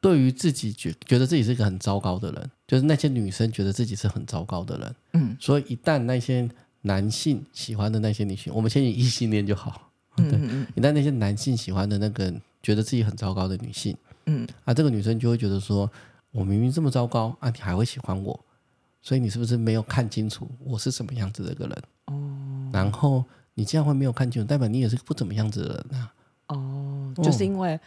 [SPEAKER 2] 对于自己觉觉得自己是个很糟糕的人，就是那些女生觉得自己是很糟糕的人，
[SPEAKER 1] 嗯
[SPEAKER 2] 所以一旦那些男性喜欢的那些女性，我们先以异性恋就好，
[SPEAKER 1] 嗯嗯
[SPEAKER 2] 一旦那些男性喜欢的那个觉得自己很糟糕的女性，
[SPEAKER 1] 嗯
[SPEAKER 2] 啊，这个女生就会觉得说，我明明这么糟糕啊，你还会喜欢我，所以你是不是没有看清楚我是什么样子的一个人？哦，然后你这样会没有看清楚，代表你也是个不怎么样子的人啊，
[SPEAKER 1] 嗯，哦，就是因为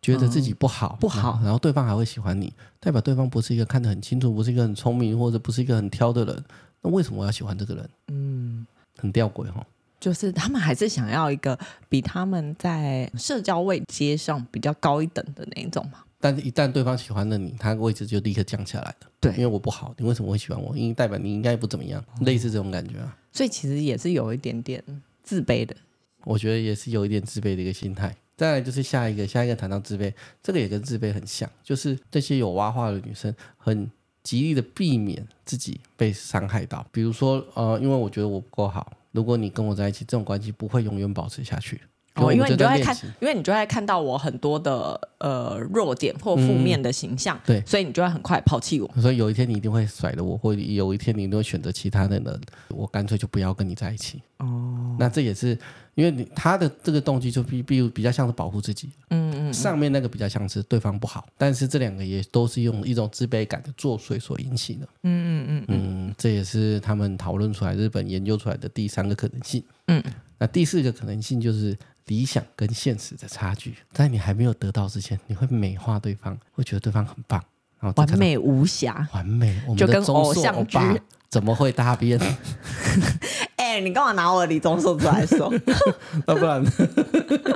[SPEAKER 2] 觉得自己不好、
[SPEAKER 1] 嗯不好
[SPEAKER 2] 然后，然后对方还会喜欢你，代表对方不是一个看得很清楚，不是一个很聪明，或者不是一个很挑的人，那为什么我要喜欢这个人？嗯，很吊诡哈、哦。
[SPEAKER 1] 就是他们还是想要一个比他们在社交位阶上比较高一等的那一种嘛。
[SPEAKER 2] 但是，一旦对方喜欢了你，他位置就立刻降下来了。
[SPEAKER 1] 对嗯
[SPEAKER 2] 因为我不好，你为什么会喜欢我？因为代表你应该不怎么样，类似这种感觉啊。
[SPEAKER 1] 所以其实也是有一点点自卑的。
[SPEAKER 2] 我觉得也是有一点自卑的一个心态。再来就是下一个，下一个谈到自卑，这个也跟自卑很像，就是这些有挖话的女生很极力的避免自己被伤害到。比如说，呃，因为我觉得我不够好，如果你跟我在一起，这种关系不会永远保持下去。
[SPEAKER 1] 哦，因为你就
[SPEAKER 2] 在
[SPEAKER 1] 会
[SPEAKER 2] 练
[SPEAKER 1] 看
[SPEAKER 2] 习，
[SPEAKER 1] 因为你就会看到我很多的呃弱点或负面的形象，
[SPEAKER 2] 嗯对
[SPEAKER 1] 所以你就会很快抛弃我。
[SPEAKER 2] 所以有一天你一定会甩了我，或有一天你一定会选择其他的人，我干脆就不要跟你在一起。哦，那这也是因为你他的这个动机就比比如比较像是保护自己，嗯嗯，上面那个比较像是对方不好，但是这两个也都是用一种自卑感的作祟所引起的。嗯嗯嗯嗯，这也是他们讨论出来、日本研究出来的第三个可能性。
[SPEAKER 1] 嗯，
[SPEAKER 2] 那第四个可能性就是。理想跟现实的差距，在你还没有得到之前，你会美化对方，会觉得对方很棒，然后再
[SPEAKER 1] 完
[SPEAKER 2] 看到
[SPEAKER 1] 美无
[SPEAKER 2] (laughs)
[SPEAKER 1] 瑕，
[SPEAKER 2] 完美，我们
[SPEAKER 1] 就
[SPEAKER 2] 的
[SPEAKER 1] 跟
[SPEAKER 2] 棕
[SPEAKER 1] 偶
[SPEAKER 2] 色
[SPEAKER 1] 像
[SPEAKER 2] 欧巴
[SPEAKER 1] 剧
[SPEAKER 2] 怎么会大便？
[SPEAKER 1] 哎、你干嘛拿我的李钟硕出来说？
[SPEAKER 2] (laughs) 那不然
[SPEAKER 1] (laughs)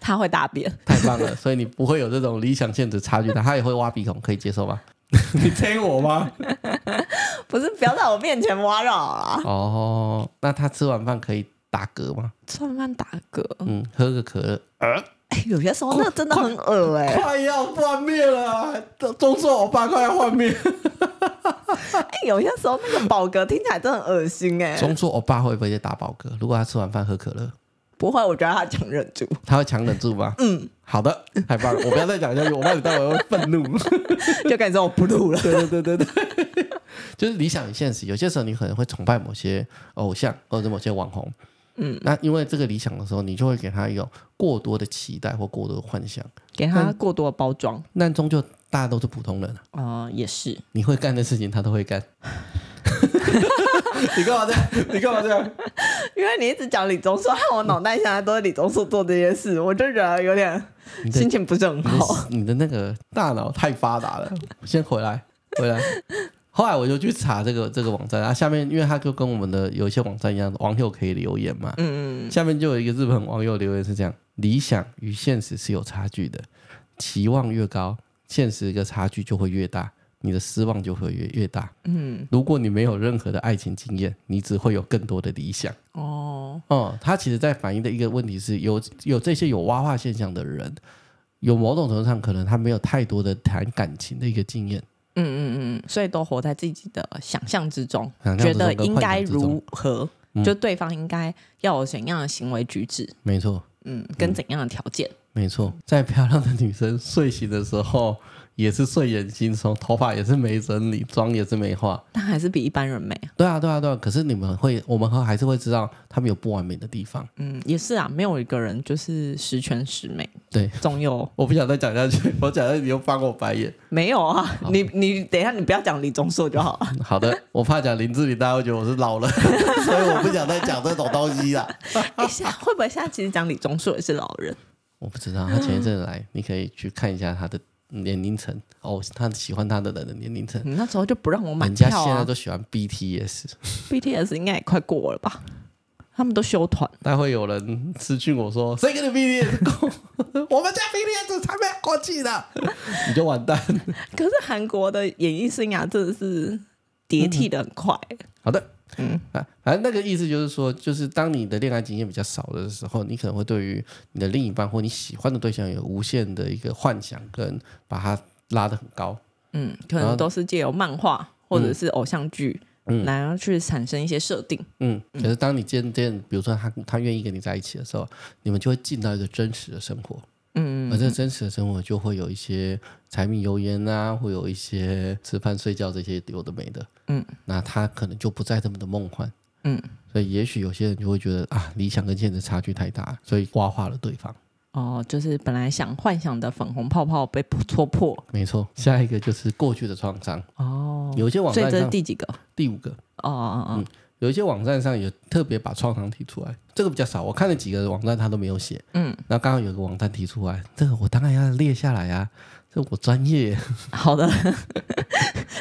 [SPEAKER 1] 他会大便，
[SPEAKER 2] 太棒了，所以你不会有这种理想现实差距的。他也会挖鼻孔，可以接受吗？ (laughs) 你推我吗？
[SPEAKER 1] 不是不要在我面前挖绕啦。
[SPEAKER 2] 哦，那他吃完饭可以打嗝吗？
[SPEAKER 1] 慢慢打嗝，
[SPEAKER 2] 嗯，喝个可乐，
[SPEAKER 1] 哎、有些时候那真的很恶哎、
[SPEAKER 2] 快要幻灭了，中硕欧巴快要幻灭。
[SPEAKER 1] 哎、有些时候那个饱嗝听起来真的很恶心 (laughs) 哎、
[SPEAKER 2] (laughs) 中硕欧巴会不会打饱嗝？如果他吃完饭喝可乐，
[SPEAKER 1] 不会，我觉得他强忍住。 (laughs)
[SPEAKER 2] 他会强忍住吗？嗯，好的，太棒了，我不要再讲下去，我怕你待会会愤怒。
[SPEAKER 1] 就跟你说我不录了。
[SPEAKER 2] 对对对对对，就是理想与现实，有些时候你可能会崇拜某些偶像或者某些网红，嗯，那因为这个理想的时候，你就会给他一种过多的期待或过多的幻想，
[SPEAKER 1] (laughs) 给他过多的包装，
[SPEAKER 2] 那终究大家都是普通人啊，
[SPEAKER 1] 啊，也是，
[SPEAKER 2] 你会干的事情他都会干。 (laughs) 你干嘛这样？ (laughs) 你干嘛这样？
[SPEAKER 1] 因为你一直讲李钟硕，害我脑袋现在都是李钟硕做这些事，我就觉得有点
[SPEAKER 2] 你的
[SPEAKER 1] 心情不是很
[SPEAKER 2] 你的
[SPEAKER 1] 好。
[SPEAKER 2] 你的那个大脑太发达 (laughs) 了。我先回来，回来。后来我就去查这个这个网站啊，下面因为它就跟我们的有一些网站一样，网友可以留言嘛。嗯嗯。下面就有一个日本网友留言是这样：理想与现实是有差距的，期望越高，现实的差距就会越大，你的失望就会越越大。嗯。如果你没有任何的爱情经验，你只会有更多的理想。
[SPEAKER 1] 哦，
[SPEAKER 2] 哦，他其实在反映的一个问题是有有这些有挖化现象的人，有某种程度上可能他没有太多的谈感情的一个经验，
[SPEAKER 1] 嗯嗯嗯，所以都活在自己的想象之中，
[SPEAKER 2] 想象
[SPEAKER 1] 觉
[SPEAKER 2] 之中
[SPEAKER 1] 得
[SPEAKER 2] 跟
[SPEAKER 1] 应
[SPEAKER 2] 幻想
[SPEAKER 1] 该
[SPEAKER 2] 之中嗯
[SPEAKER 1] 如何，就对方应该要有怎样的行为举止，
[SPEAKER 2] 没错，
[SPEAKER 1] 嗯，跟怎样的条件，
[SPEAKER 2] 没错，在漂亮的女生睡醒的时候也是睡眼惺忪，头发也是没整理，妆也是没化。
[SPEAKER 1] 但还是比一般人美。
[SPEAKER 2] 对啊，对啊，对啊。可是你们会，我们还是会知道他们有不完美的地方。
[SPEAKER 1] 嗯，也是啊，没有一个人就是十全十美，
[SPEAKER 2] 对，
[SPEAKER 1] 总有
[SPEAKER 2] 我不想再讲下去，我讲下去你又翻我白眼。
[SPEAKER 1] 没有啊？你你等一下，你不要讲李钟硕就好了。
[SPEAKER 2] (laughs) 好的，我怕讲林志玲，大家会觉得我是老人， (laughs) 所以我不想再讲这种东西了。
[SPEAKER 1] (laughs) 哎、下会不会现在其实讲李钟硕也是老人？
[SPEAKER 2] 我不知道，
[SPEAKER 1] 嗯
[SPEAKER 2] 他前一阵来，你可以去看一下他的年龄层哦，他喜欢他的人的年龄层，
[SPEAKER 1] 你嗯那时候就不让我买
[SPEAKER 2] 嗯人家
[SPEAKER 1] 票
[SPEAKER 2] 现在
[SPEAKER 1] 啊
[SPEAKER 2] 都喜欢 BTS，
[SPEAKER 1] ！BTS 应该也快过了吧？他们都休团，
[SPEAKER 2] 但会有人私讯我说谁给你 BTS 过？ (laughs) 我们家 BTS 才没有过气呢， (laughs) 你就完蛋。 (laughs)
[SPEAKER 1] 可是韩国的演艺生涯真的是迭替的很快、
[SPEAKER 2] 好的，嗯啊，反正那个意思就是说，就是当你的恋爱经验比较少的时候，你可能会对于你的另一半或你喜欢的对象有无限的一个幻想，跟把它拉得很高。嗯
[SPEAKER 1] 嗯，可能都是借由漫画或者是偶像剧、然后去产生一些设定。
[SPEAKER 2] 嗯，可是当你渐渐，比如说他他愿意跟你在一起的时候，你们就会进到一个真实的生活，
[SPEAKER 1] 嗯，
[SPEAKER 2] 而这真实的生活就会有一些柴米油盐啊，会有一些吃饭睡觉这些有的没的，
[SPEAKER 1] 嗯，
[SPEAKER 2] 那他可能就不再这么的梦幻，
[SPEAKER 1] 嗯，
[SPEAKER 2] 所以也许有些人就会觉得啊，理想跟现实差距太大，所以刮化了对方。
[SPEAKER 1] 哦，就是本来想幻想的粉红泡泡被戳破。
[SPEAKER 2] 没错，下一个就是过去的创伤，
[SPEAKER 1] 哦，
[SPEAKER 2] 有一些网
[SPEAKER 1] 所以
[SPEAKER 2] 站
[SPEAKER 1] 这是
[SPEAKER 2] 上
[SPEAKER 1] 第几个？
[SPEAKER 2] 第五个，
[SPEAKER 1] 哦哦
[SPEAKER 2] 有一些网站上也特别把创伤提出来，这个比较少。我看了几个网站，他都没有写。
[SPEAKER 1] 嗯，
[SPEAKER 2] 那刚刚有个网站提出来，这个我当然要列下来啊，这我专业
[SPEAKER 1] 哦， (laughs) 好
[SPEAKER 2] (laughs)
[SPEAKER 1] 的。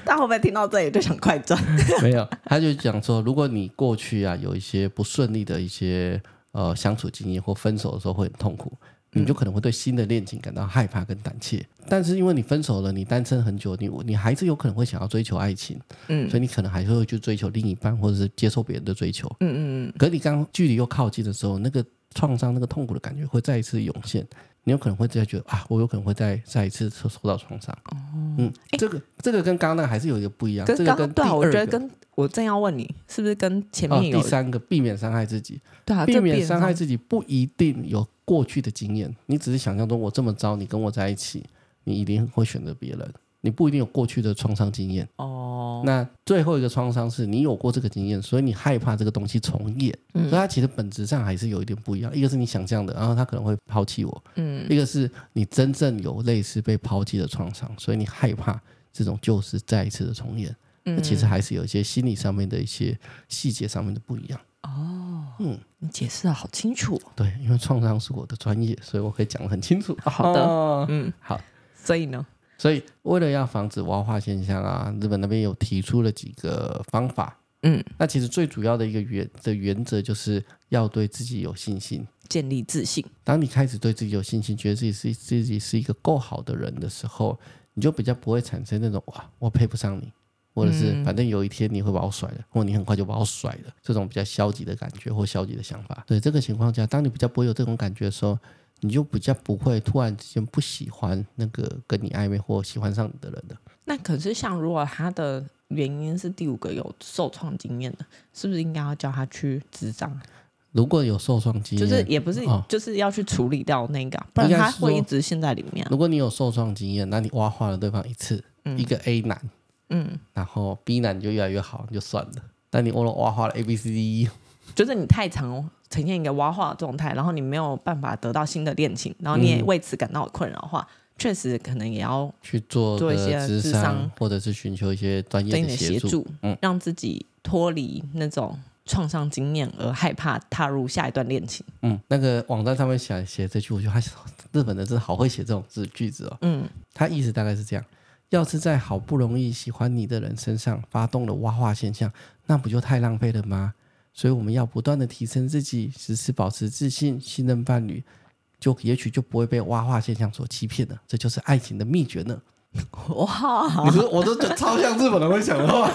[SPEAKER 1] 大家会不会听到这里就想快转？
[SPEAKER 2] 没有。他就讲说，如果你过去啊有一些不顺利的一些呃相处经验或分手的时候会很痛苦，
[SPEAKER 1] 嗯
[SPEAKER 2] 你就可能会对新的恋情感到害怕跟胆怯。但是因为你分手了，你单身很久，你你还是有可能会想要追求爱情，
[SPEAKER 1] 嗯
[SPEAKER 2] 所以你可能还是会去追求另一半或者是接受别人的追求。
[SPEAKER 1] 嗯嗯
[SPEAKER 2] 可是你刚距离又靠近的时候，那个创伤、那个痛苦的感觉会再一次涌现，你有可能会再觉得啊，我有可能会再再一次受受到创伤。哦，嗯，这个这个跟刚刚那个还是有一个不一样，
[SPEAKER 1] 哎嗯，跟
[SPEAKER 2] 这个
[SPEAKER 1] 刚
[SPEAKER 2] 跟
[SPEAKER 1] 刚
[SPEAKER 2] 第
[SPEAKER 1] 对
[SPEAKER 2] 二
[SPEAKER 1] 啊，
[SPEAKER 2] 个
[SPEAKER 1] 我觉得跟我正要问你，是不是跟前
[SPEAKER 2] 哦
[SPEAKER 1] 面有
[SPEAKER 2] 第三个避免伤害自己，
[SPEAKER 1] 对啊？
[SPEAKER 2] 避
[SPEAKER 1] 这
[SPEAKER 2] 免
[SPEAKER 1] 变
[SPEAKER 2] 伤
[SPEAKER 1] 成
[SPEAKER 2] 害自己不一定有过去的经验，你只是想象中我这么糟，你跟我在一起，你一定会选择别人。你不一定有过去的创伤经验，
[SPEAKER 1] 哦，
[SPEAKER 2] 那最后一个创伤是你有过这个经验，所以你害怕这个东西重演，
[SPEAKER 1] 嗯
[SPEAKER 2] 所以它其实本质上还是有一点不一样。一个是你想象的，然后他可能会抛弃我；
[SPEAKER 1] 嗯
[SPEAKER 2] 一个是你真正有类似被抛弃的创伤，所以你害怕这种旧事再一次的重演。那
[SPEAKER 1] 嗯，
[SPEAKER 2] 其实还是有一些心理上面的一些细节上面的不一样。
[SPEAKER 1] 你解释的好清楚哦。
[SPEAKER 2] 对，因为创伤是我的专业，所以我可以讲得很清楚。
[SPEAKER 1] 好的
[SPEAKER 2] 哦
[SPEAKER 1] 嗯，
[SPEAKER 2] 好。
[SPEAKER 1] 所以呢，
[SPEAKER 2] 所以为了要防止蛙化现象啊，日本那边有提出了几个方法。
[SPEAKER 1] 嗯，
[SPEAKER 2] 那其实最主要的一个原的原则就是要对自己有信心。
[SPEAKER 1] 建立自信。
[SPEAKER 2] 当你开始对自己有信心，觉得自己是自己是一个够好的人的时候，你就比较不会产生那种哇，我配不上你，或者
[SPEAKER 1] 嗯
[SPEAKER 2] 是反正有一天你会把我甩了，或你很快就把我甩了，这种比较消极的感觉或消极的想法。对这个情况下，当你比较不会有这种感觉的时候，你就比较不会突然之间不喜欢那个跟你暧昧或喜欢上你的人了。
[SPEAKER 1] 那可是像如果他的原因是第五个有受创经验的，是不是应该要叫他去智障？
[SPEAKER 2] 如果有受创经
[SPEAKER 1] 就是
[SPEAKER 2] 验，
[SPEAKER 1] 也不是，
[SPEAKER 2] 哦
[SPEAKER 1] 就是要去处理掉那个啊，不然
[SPEAKER 2] 应该
[SPEAKER 1] 他
[SPEAKER 2] 是说
[SPEAKER 1] 会一直陷在里面啊。
[SPEAKER 2] 如果你有受创经验，那你挖化了对方一次，一个 A 男，
[SPEAKER 1] 嗯，
[SPEAKER 2] 然后 B 男就越来越好，就算了。但你挖了挖化了 A B C D E，
[SPEAKER 1] 就是你太常呈现一个挖化的状态，然后你没有办法得到新的恋情，然后你也
[SPEAKER 2] 嗯
[SPEAKER 1] 为此感到困扰的话，确实可能也要
[SPEAKER 2] 去做
[SPEAKER 1] 做一些
[SPEAKER 2] 智
[SPEAKER 1] 智
[SPEAKER 2] 商
[SPEAKER 1] 商，
[SPEAKER 2] 或者是寻求一些专业
[SPEAKER 1] 对你
[SPEAKER 2] 的
[SPEAKER 1] 的协
[SPEAKER 2] 协助。嗯
[SPEAKER 1] 助，让自己脱离那种创伤经验而害怕踏入下一段恋
[SPEAKER 2] (laughs)
[SPEAKER 1] 情。
[SPEAKER 2] 嗯，那个网站上面写写这句，我觉得他日本人真的好会写这种字句子哦。
[SPEAKER 1] 嗯，
[SPEAKER 2] 他意思大概是这样：要是在好不容易喜欢你的人身上发动了挖化现象，那不就太浪费了吗？所以我们要不断的提升自己，时时保持自信，信任伴侣，就也许就不会被挖化现象所欺骗了。这就是爱情的秘诀呢。
[SPEAKER 1] 哇，
[SPEAKER 2] (laughs) 你说，我都觉得超像日本人会讲的话，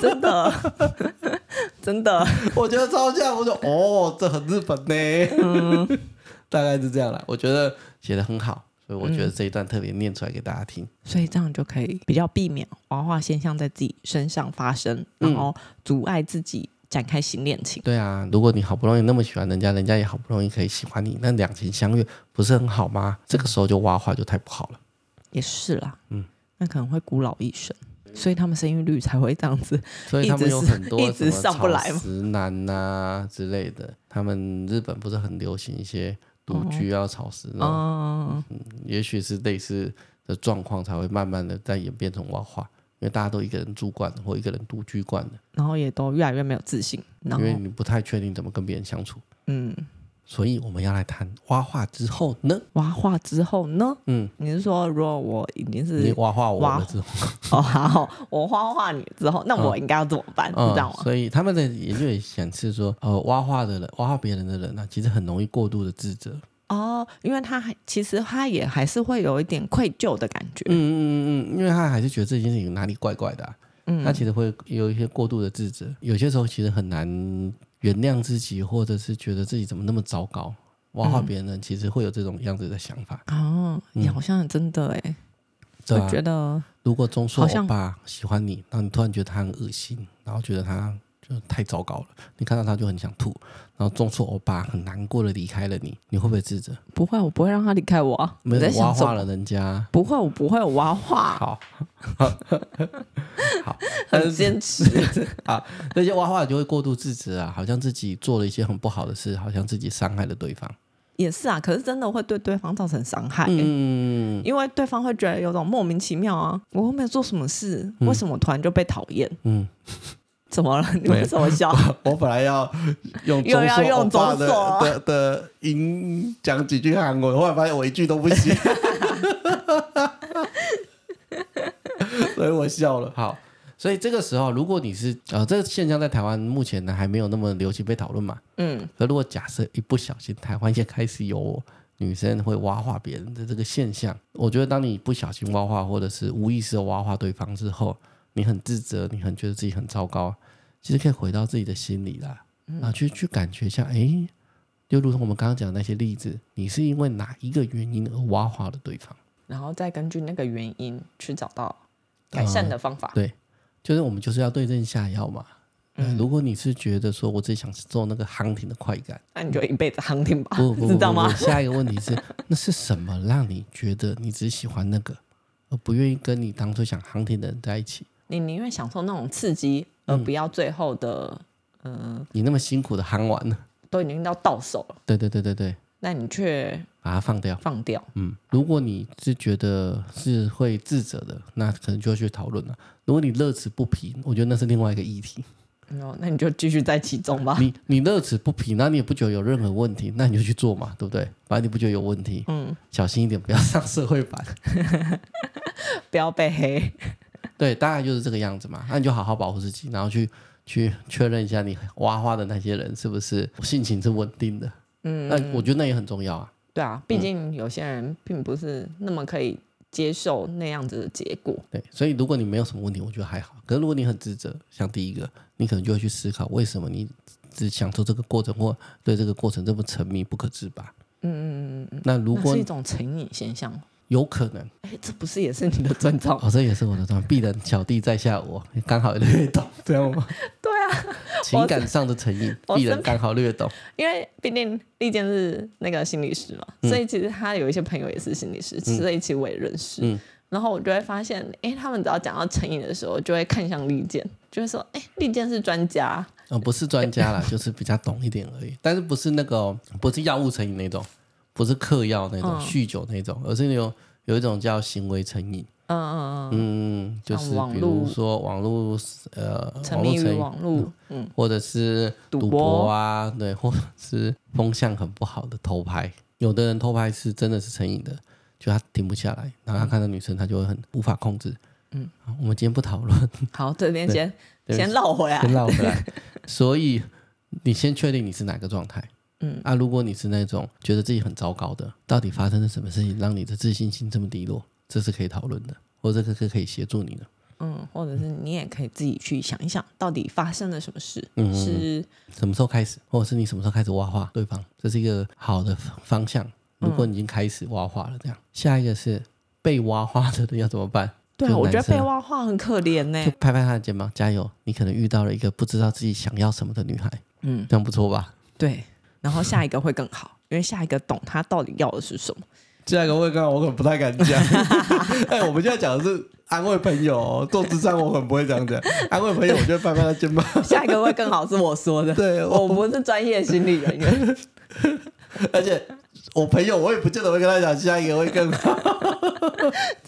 [SPEAKER 1] 真
[SPEAKER 2] (laughs)
[SPEAKER 1] 的， (laughs) 真的，
[SPEAKER 2] 我觉得超像。我说哦，这很日本呢。 (laughs) 大概是这样啦。我觉得写的很好，所以我觉得这一段特别念出来给大家听。
[SPEAKER 1] 所以这样就可以比较避免娃娃现象在自己身上发生，
[SPEAKER 2] 嗯
[SPEAKER 1] 然后阻碍自己展开新恋情。
[SPEAKER 2] 对啊，如果你好不容易那么喜欢人家，人家也好不容易可以喜欢你，那两情相悦不是很好吗？这个时候就挖话就太不好了。
[SPEAKER 1] 也是啦，嗯，那可能会孤老一生，所以他们生育率才会这样子。 (laughs)
[SPEAKER 2] 所以他们有很多
[SPEAKER 1] 一直是一
[SPEAKER 2] 什么
[SPEAKER 1] 直上不来
[SPEAKER 2] 草
[SPEAKER 1] 吗
[SPEAKER 2] 食男呐、之类的。他们日本不是很流行一些
[SPEAKER 1] 哦
[SPEAKER 2] 独居啊、草食那种，
[SPEAKER 1] 嗯，
[SPEAKER 2] 也许是类似的状况才会慢慢的再演变成挖话，因为大家都一个人住惯了或一个人独居惯了，
[SPEAKER 1] 然后也都越来越没有自信，然
[SPEAKER 2] 因
[SPEAKER 1] 后
[SPEAKER 2] 为你不太确定怎么跟别人相处。
[SPEAKER 1] 嗯，
[SPEAKER 2] 所以我们要来谈挖话之后呢，
[SPEAKER 1] 娃化之后呢？
[SPEAKER 2] 嗯，
[SPEAKER 1] 你是说如果我已经
[SPEAKER 2] 你
[SPEAKER 1] 是
[SPEAKER 2] 挖话我
[SPEAKER 1] 挖
[SPEAKER 2] 了之后。
[SPEAKER 1] (laughs) 哦好，我花化你之后，那我应该要怎么办？
[SPEAKER 2] 嗯
[SPEAKER 1] 是这样吗？
[SPEAKER 2] 所以他们的研究也显示说，呃，挖话的人，挖话别人的人呢、啊其实很容易过度的自责。
[SPEAKER 1] 哦，因为他还其实他也还是会有一点愧疚的感觉。
[SPEAKER 2] 嗯嗯嗯嗯，因为他还是觉得这件事情哪里怪怪的、啊，
[SPEAKER 1] 嗯
[SPEAKER 2] 他其实会有一些过度的自责，有些时候其实很难原谅自己，或者是觉得自己怎么那么糟糕。
[SPEAKER 1] 嗯
[SPEAKER 2] 挖话别人，其实会有这种样子的想法。
[SPEAKER 1] 哦，也好像真的哎，
[SPEAKER 2] 嗯对啊
[SPEAKER 1] 我
[SPEAKER 2] 吧？
[SPEAKER 1] 觉得
[SPEAKER 2] 如果中硕
[SPEAKER 1] 好像
[SPEAKER 2] 欧巴喜欢你，然后你突然觉得他很恶心，然后觉得他就太糟糕了，你看到他就很想吐，然后中硕欧巴很难过的离开了你，你会不会自责？
[SPEAKER 1] 不会，我不会让他离开我啊。
[SPEAKER 2] 没
[SPEAKER 1] 我在
[SPEAKER 2] 有挖
[SPEAKER 1] 想什
[SPEAKER 2] 化
[SPEAKER 1] 么？
[SPEAKER 2] 了人家。
[SPEAKER 1] 不会，我不会，我挖话，
[SPEAKER 2] 好，好，
[SPEAKER 1] (laughs)
[SPEAKER 2] 但
[SPEAKER 1] 很
[SPEAKER 2] 是
[SPEAKER 1] 坚持。
[SPEAKER 2] 啊，那些挖化就会过度自责啊，好像自己做了一些很不好的事，好像自己伤害了对方。
[SPEAKER 1] 也是啊，可是真的会对对方造成伤害、
[SPEAKER 2] 嗯
[SPEAKER 1] 因为对方会觉得有种莫名其妙啊，我又没有做什么事，为什么我突然就被讨厌？
[SPEAKER 2] 嗯，
[SPEAKER 1] 怎么了？ (laughs) 你为什么笑？
[SPEAKER 2] (laughs) 我本来要
[SPEAKER 1] (laughs)
[SPEAKER 2] 用
[SPEAKER 1] 又要用
[SPEAKER 2] 中硕欧巴
[SPEAKER 1] 中啊硕
[SPEAKER 2] 的的音讲几句韩文，后来发现我一句都不行， (laughs) 所以我笑了。好，所以这个时候，如果你是呃，这个现象在台湾目前呢还没有那么流行被讨论嘛。
[SPEAKER 1] 嗯，
[SPEAKER 2] 可如果假设一不小心，台湾也开始有女生会挖化别人的这个现象，我觉得当你不小心挖化，或者是无意识的挖化对方之后，你很自责，你很觉得自己很糟糕，其实可以回到自己的心里啦，
[SPEAKER 1] 嗯
[SPEAKER 2] 啊，去去感觉一下，诶，就如同我们刚刚讲的那些例子，你是因为哪一个原因而挖化了对方？
[SPEAKER 1] 然后再根据那个原因去找到改善的方法。
[SPEAKER 2] 对，就是我们就是要对症下药嘛。嗯，如果你是觉得说我只想做那个航艇的快感，
[SPEAKER 1] 那你就一辈子航听吧，
[SPEAKER 2] 不不
[SPEAKER 1] 啊
[SPEAKER 2] 不
[SPEAKER 1] 知道
[SPEAKER 2] 不
[SPEAKER 1] 吗？
[SPEAKER 2] 下一个问题是，那是什么让你觉得你只喜欢那个，而不愿意跟你当初想航天的人在一起？
[SPEAKER 1] 你宁愿享受那种刺激，而不要最后的，嗯，
[SPEAKER 2] 你那么辛苦的航完了，
[SPEAKER 1] 都已经到到手了，
[SPEAKER 2] 对对对对对，
[SPEAKER 1] 那你却
[SPEAKER 2] 把它放掉。
[SPEAKER 1] 放掉。
[SPEAKER 2] 嗯，如果你是觉得是会自责的，那可能就要去讨论了。如果你乐此不疲，我觉得那是另外一个议 (laughs) 题。
[SPEAKER 1] 哦，那你就继续在其中吧。
[SPEAKER 2] 你你乐此不疲，那你也不觉得有任何问题，那你就去做嘛，对不对？反正你不觉得有问题，
[SPEAKER 1] 嗯，
[SPEAKER 2] 小心一点，不要上社会 (laughs) 版。
[SPEAKER 1] 不要被黑。
[SPEAKER 2] 对，大概就是这个样子嘛。那你就好好保护自己，然后去去确认一下你挖花的那些人是不是性情是稳定的。嗯，那我觉得那也很重要啊。
[SPEAKER 1] 对啊，毕竟有些人并不是那么可以接受那样子的结果。
[SPEAKER 2] 对，所以如果你没有什么问题，我觉得还好。可是如果你很自责，像第一个，你可能就会去思考为什么你只享受这个过程，或对这个过程这么沉迷不可自拔。嗯嗯嗯嗯。那如
[SPEAKER 1] 那
[SPEAKER 2] 果
[SPEAKER 1] 是一种成瘾现象。
[SPEAKER 2] 有可能，
[SPEAKER 1] 哎，这不是也是你的征兆吗？
[SPEAKER 2] 哦，这也是我的状态。必然小弟在下我，刚好略懂，这样吗？
[SPEAKER 1] (laughs) 对啊，
[SPEAKER 2] (laughs) 情感上的成瘾，
[SPEAKER 1] 我
[SPEAKER 2] 必
[SPEAKER 1] 是
[SPEAKER 2] 然刚好略懂。
[SPEAKER 1] (laughs) 因为毕竟利剑是那个心理师嘛，
[SPEAKER 2] 嗯
[SPEAKER 1] 所以其实他有一些朋友也是心理师，所以其实我也认识。
[SPEAKER 2] 嗯
[SPEAKER 1] 然后我就会发现，哎，他们只要讲到成瘾的时候，就会看向利剑，就会说，哎，利剑是专家，
[SPEAKER 2] 呃，不是专家啦，就是比较懂一点而已。但是不是那个哦、不是药物成瘾那种，不是嗑药那种、
[SPEAKER 1] 嗯
[SPEAKER 2] 酗酒那种，而是那种有一种叫行为成瘾。
[SPEAKER 1] 嗯嗯嗯，
[SPEAKER 2] 嗯，就是
[SPEAKER 1] 像网
[SPEAKER 2] 比
[SPEAKER 1] 络
[SPEAKER 2] 如说网络呃，
[SPEAKER 1] 沉
[SPEAKER 2] 网络
[SPEAKER 1] 迷于
[SPEAKER 2] 成瘾，
[SPEAKER 1] 网络，嗯，
[SPEAKER 2] 或者是
[SPEAKER 1] 赌
[SPEAKER 2] 赌
[SPEAKER 1] 博
[SPEAKER 2] 博啊，对， (laughs) 或者是风向很不好的偷拍。有的人偷拍是真的是成瘾的，就他停不下来，然后他看到女生，他就会很无法控制。嗯，我们今天不讨论，
[SPEAKER 1] 好，这边先
[SPEAKER 2] 嗯对
[SPEAKER 1] 先绕回来，
[SPEAKER 2] 先绕回来。所以你先确定你是哪个状态。
[SPEAKER 1] 嗯
[SPEAKER 2] 啊，如果你是那种觉得自己很糟糕的，到底发生了什么事情让你的自信心这么低落？这是可以讨论的，或者这个可以协助你的。
[SPEAKER 1] 嗯，或者是你也可以自己去想一想，到底发生了什么事，
[SPEAKER 2] 嗯
[SPEAKER 1] 是
[SPEAKER 2] 什么时候开始，或者是你什么时候开始挖话对方，这是一个好的方方向。如果你已经开始挖话了，这样下一个是被挖话的人要怎么办？
[SPEAKER 1] 对啊，
[SPEAKER 2] 就
[SPEAKER 1] 我觉得
[SPEAKER 2] 男生
[SPEAKER 1] 被挖话很可怜呢、
[SPEAKER 2] 就拍拍他的肩膀，加油！你可能遇到了一个不知道自己想要什么的女孩，
[SPEAKER 1] 嗯，
[SPEAKER 2] 这样不错吧？
[SPEAKER 1] 对，然后下一个会更好，因为下一个懂他到底要的是什么。 (laughs)
[SPEAKER 2] 下一个问刚我可不太敢 (laughs) 讲。哎、我们现在讲的是安慰朋友、做智商我很不会这样讲。安慰朋友，我就拍拍他肩膀。
[SPEAKER 1] 下一个会更好是我说的，
[SPEAKER 2] (laughs) 对
[SPEAKER 1] 我不是专业心理人
[SPEAKER 2] (laughs)
[SPEAKER 1] 员，
[SPEAKER 2] 而且我朋友，我也不见得会跟他讲下一个会更好。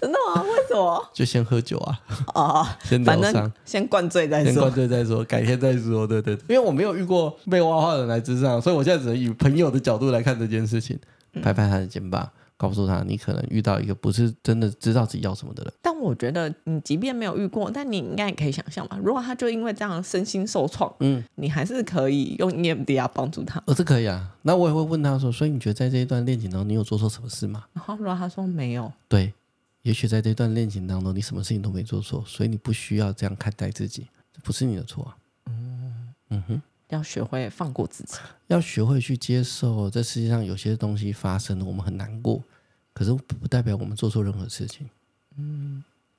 [SPEAKER 1] 真的吗？为什么？
[SPEAKER 2] (laughs) 就先喝酒啊，
[SPEAKER 1] 哦，
[SPEAKER 2] 先疗
[SPEAKER 1] 反
[SPEAKER 2] 伤
[SPEAKER 1] 正。先灌醉再
[SPEAKER 2] 先灌
[SPEAKER 1] 说。
[SPEAKER 2] 醉再说，改天再说。对对对，因为我没有遇过被挖花的人来之上，所以我现在只能以朋友的角度来看这件事情，
[SPEAKER 1] 嗯
[SPEAKER 2] 拍拍他的肩膀，告诉他你可能遇到一个不是真的知道自己要什么的人。
[SPEAKER 1] 但我觉得你即便没有遇过，但你应该也可以想象吧。如果他就因为这样身心受创，
[SPEAKER 2] 嗯，
[SPEAKER 1] 你还是可以用 EMDR 帮助他。
[SPEAKER 2] 我、哦、这可以啊。那我也会问他说，所以你觉得在这一段恋情当中，你有做错什么事吗？
[SPEAKER 1] 然后如果他说没有，
[SPEAKER 2] 对，也许在这段恋情当中，你什么事情都没做错，所以你不需要这样看待自己，这不是你的错啊。嗯哼。
[SPEAKER 1] 要学会放过自己。
[SPEAKER 2] 要学会去接受，这世界上有些东西发生了，我们很难过，可是不代表我们做错任何事情。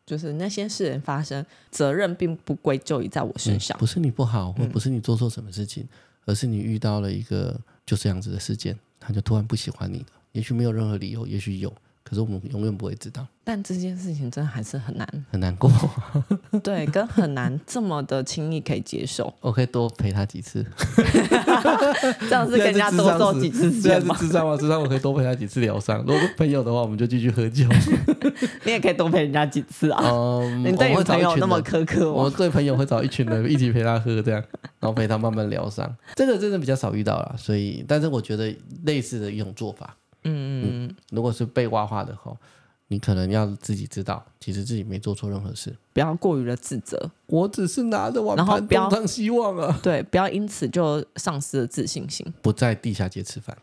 [SPEAKER 1] 就是那些事情发生，责任并不归咎于在我身上。
[SPEAKER 2] 嗯
[SPEAKER 1] 嗯
[SPEAKER 2] 不是你不好，或不是你做错什么事情，而是你遇到了一个就这样子的事件，他就突然不喜欢你了。也许没有任何理由，也许有，可是我们永远不会知道，
[SPEAKER 1] 但这件事情真的还是很
[SPEAKER 2] (laughs)
[SPEAKER 1] 难，
[SPEAKER 2] 很难过。
[SPEAKER 1] 对，跟很难这么的轻易可以接
[SPEAKER 2] (laughs)
[SPEAKER 1] 受。
[SPEAKER 2] 我可以多陪他几次，
[SPEAKER 1] 这样是跟人家多做几次
[SPEAKER 2] 虽然
[SPEAKER 1] 见
[SPEAKER 2] 啊是
[SPEAKER 1] 吗？
[SPEAKER 2] 智障吗？智障，我可以多陪他几次疗伤。如果是朋友的话，我们就继续喝 (laughs) 酒。
[SPEAKER 1] 你也可以多陪人家几次啊。
[SPEAKER 2] 嗯，
[SPEAKER 1] (laughs) 你对
[SPEAKER 2] 我
[SPEAKER 1] 你
[SPEAKER 2] 会找
[SPEAKER 1] 朋
[SPEAKER 2] 一
[SPEAKER 1] 友
[SPEAKER 2] 群
[SPEAKER 1] 那么
[SPEAKER 2] 人
[SPEAKER 1] 苛刻
[SPEAKER 2] 我
[SPEAKER 1] 吗？
[SPEAKER 2] 对朋友会找一群人一起陪他喝，这 (laughs) 样，然后陪他慢慢疗伤。这个真的比较少遇到啦，所以，但是我觉得类似的一种做法，
[SPEAKER 1] 嗯，
[SPEAKER 2] 如果是被挖话的话，你可能要自己知道，其实自己没做错任何事。
[SPEAKER 1] 不要过于的自责，
[SPEAKER 2] 我只是拿着碗
[SPEAKER 1] 然后
[SPEAKER 2] 盘
[SPEAKER 1] 不要
[SPEAKER 2] 东张西望啊，
[SPEAKER 1] 对，不要因此就丧失了自信心。
[SPEAKER 2] 不在地下街吃饭。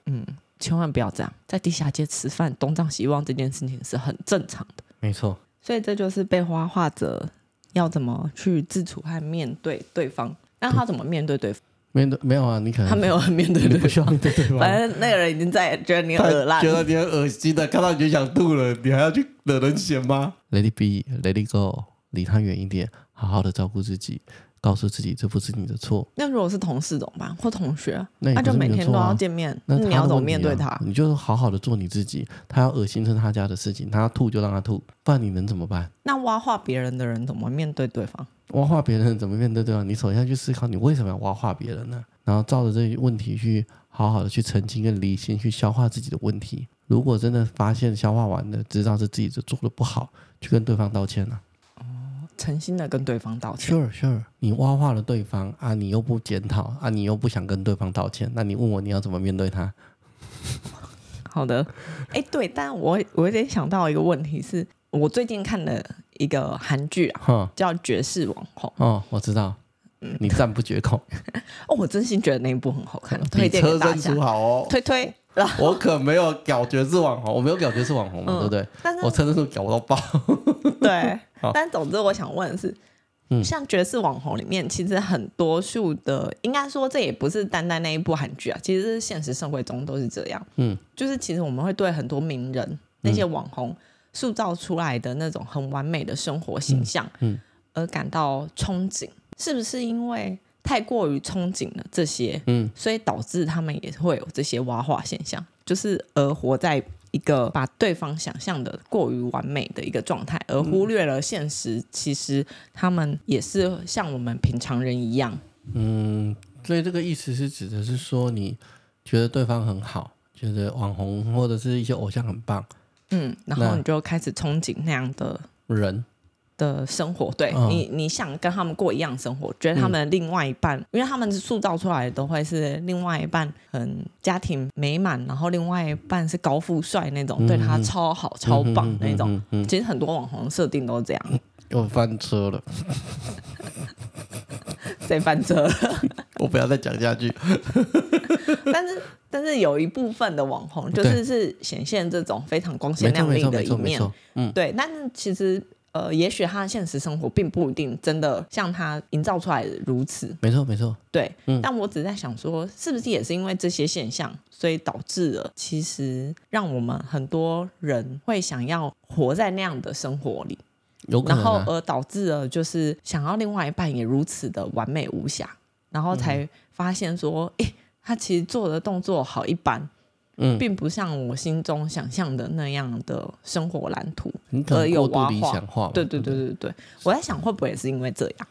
[SPEAKER 1] 千万不要这样，在地下街吃饭东张西望这件事情是很正常的，
[SPEAKER 2] 没错，
[SPEAKER 1] 所以这就是被花画者要怎么去自处和面对对方。那他怎么面对对方？
[SPEAKER 2] 没没有啊，你可能
[SPEAKER 1] 他没有很面对
[SPEAKER 2] 你
[SPEAKER 1] 对
[SPEAKER 2] 不
[SPEAKER 1] 方，
[SPEAKER 2] 需 (laughs) 要面对对
[SPEAKER 1] 反
[SPEAKER 2] 方。
[SPEAKER 1] 正那个人已经在觉得你
[SPEAKER 2] 嗯他
[SPEAKER 1] 耳烂
[SPEAKER 2] 觉
[SPEAKER 1] 了，
[SPEAKER 2] 得你很恶心的，看到你就想吐了，你还要去惹人嫌吗？Let it be, let it go，离他远一点，好好的照顾自己，告诉自己这不是你的错，
[SPEAKER 1] 那如果是同事怎么办？或同学，
[SPEAKER 2] 那也
[SPEAKER 1] 他
[SPEAKER 2] 不
[SPEAKER 1] 就是每
[SPEAKER 2] 你的
[SPEAKER 1] 天都
[SPEAKER 2] 错
[SPEAKER 1] 要
[SPEAKER 2] 啊。
[SPEAKER 1] 见面，
[SPEAKER 2] 那
[SPEAKER 1] 你
[SPEAKER 2] 他
[SPEAKER 1] 要
[SPEAKER 2] 的
[SPEAKER 1] 怎么
[SPEAKER 2] 问题
[SPEAKER 1] 面对
[SPEAKER 2] 啊
[SPEAKER 1] 他？
[SPEAKER 2] 你就好好的做你自己，他要恶心是他家的事情，他要吐就让他吐，不然你能怎么办？
[SPEAKER 1] 那挖化别人的人怎么面对对方？
[SPEAKER 2] 挖化别人怎么面对对方？你首先要去思考你为什么要挖化别人呢、然后照着这些问题去好好的去澄清跟理清，去消化自己的问题。如果真的发现消化完了，知道是自己做的不好，去跟对方道歉啊。
[SPEAKER 1] 诚心的跟对方道歉。
[SPEAKER 2] Sure Sure，你挖化了对方啊，你又不检讨啊，你又不想跟对方道歉，那你问我你要怎么面对他？
[SPEAKER 1] 好
[SPEAKER 2] (laughs)
[SPEAKER 1] 的，哎，对，但我我有点想到一个问题是，我最近看了一个韩剧啊，
[SPEAKER 2] 哼，
[SPEAKER 1] 叫《绝世网红》
[SPEAKER 2] 哦，我知道，你赞不
[SPEAKER 1] (laughs)
[SPEAKER 2] 绝口，
[SPEAKER 1] 哦，我真心觉得那一部很好看，推
[SPEAKER 2] 比
[SPEAKER 1] 荐给
[SPEAKER 2] 车
[SPEAKER 1] 大
[SPEAKER 2] 身
[SPEAKER 1] 家
[SPEAKER 2] 处。好哦。
[SPEAKER 1] 推推，然后
[SPEAKER 2] 我可没有搞绝世网红，我没有搞绝世网红嘛，
[SPEAKER 1] 嗯
[SPEAKER 2] 对不对？
[SPEAKER 1] 但是
[SPEAKER 2] 我车身处搞到爆。
[SPEAKER 1] (laughs) 对
[SPEAKER 2] 好，
[SPEAKER 1] 但总之我想问的是，
[SPEAKER 2] 嗯
[SPEAKER 1] 像爵士网红里面，其实很多数的，应该说这也不是单单那一部韩剧啊，其实是现实社会中都是这样。
[SPEAKER 2] 嗯，
[SPEAKER 1] 就是其实我们会对很多名人、那些网红塑造出来的那种很完美的生活形象，
[SPEAKER 2] 嗯嗯
[SPEAKER 1] 而感到憧憬，是不是因为太过于憧憬了这些，
[SPEAKER 2] 嗯，
[SPEAKER 1] 所以导致他们也会有这些挖化现象，就是而活在一个把对方想象的过于完美的一个状态，而忽略了现实，其实他们也是像我们平常人一样，
[SPEAKER 2] 嗯，所以这个意思是指的是说，你觉得对方很好，觉得网红或者是一些偶像很棒
[SPEAKER 1] 嗯，然后
[SPEAKER 2] 那
[SPEAKER 1] 你就开始憧憬那样的
[SPEAKER 2] 人，
[SPEAKER 1] 的生活，对、
[SPEAKER 2] 嗯
[SPEAKER 1] 你，你想跟他们过一样生活，觉得他们的另外一半，因为他们塑造出来的都会是另外一半很家庭美满，然后另外一半是高富帅那种，
[SPEAKER 2] 嗯
[SPEAKER 1] 对他超好、超棒那种。
[SPEAKER 2] 嗯嗯嗯嗯
[SPEAKER 1] 其实很多网红设定都是这样，
[SPEAKER 2] 我翻车了，
[SPEAKER 1] 谁翻车了？
[SPEAKER 2] 我不要再讲下去。
[SPEAKER 1] 但是但是有一部分的网红就
[SPEAKER 2] 对
[SPEAKER 1] 是是显现这种非常光
[SPEAKER 2] 没
[SPEAKER 1] 鲜
[SPEAKER 2] 错
[SPEAKER 1] 亮
[SPEAKER 2] 没
[SPEAKER 1] 丽
[SPEAKER 2] 错
[SPEAKER 1] 的
[SPEAKER 2] 没
[SPEAKER 1] 一
[SPEAKER 2] 错没
[SPEAKER 1] 面，
[SPEAKER 2] 错，嗯，
[SPEAKER 1] 对，但是其实呃，也许他的现实生活并不一定真的像他营造出来的如此，
[SPEAKER 2] 没错没错，
[SPEAKER 1] 对。
[SPEAKER 2] 嗯
[SPEAKER 1] 但我只是在想说，是不是也是因为这些现象，所以导致了其实让我们很多人会想要活在那样的生活里，
[SPEAKER 2] 有可
[SPEAKER 1] 然
[SPEAKER 2] 能、
[SPEAKER 1] 后
[SPEAKER 2] 啊。
[SPEAKER 1] 而导致了就是想要另外一半也如此的完美无瑕，然后才发现说，诶、他其实做的动作好一般，
[SPEAKER 2] 嗯，
[SPEAKER 1] 并不像我心中想象的那样的生活蓝图。
[SPEAKER 2] 你可
[SPEAKER 1] 呃
[SPEAKER 2] 能
[SPEAKER 1] 有
[SPEAKER 2] 过度
[SPEAKER 1] 挖
[SPEAKER 2] 理
[SPEAKER 1] 话
[SPEAKER 2] 想化嘛，
[SPEAKER 1] 对哦对
[SPEAKER 2] 不
[SPEAKER 1] 对对对，我在想会不会也是因为这样？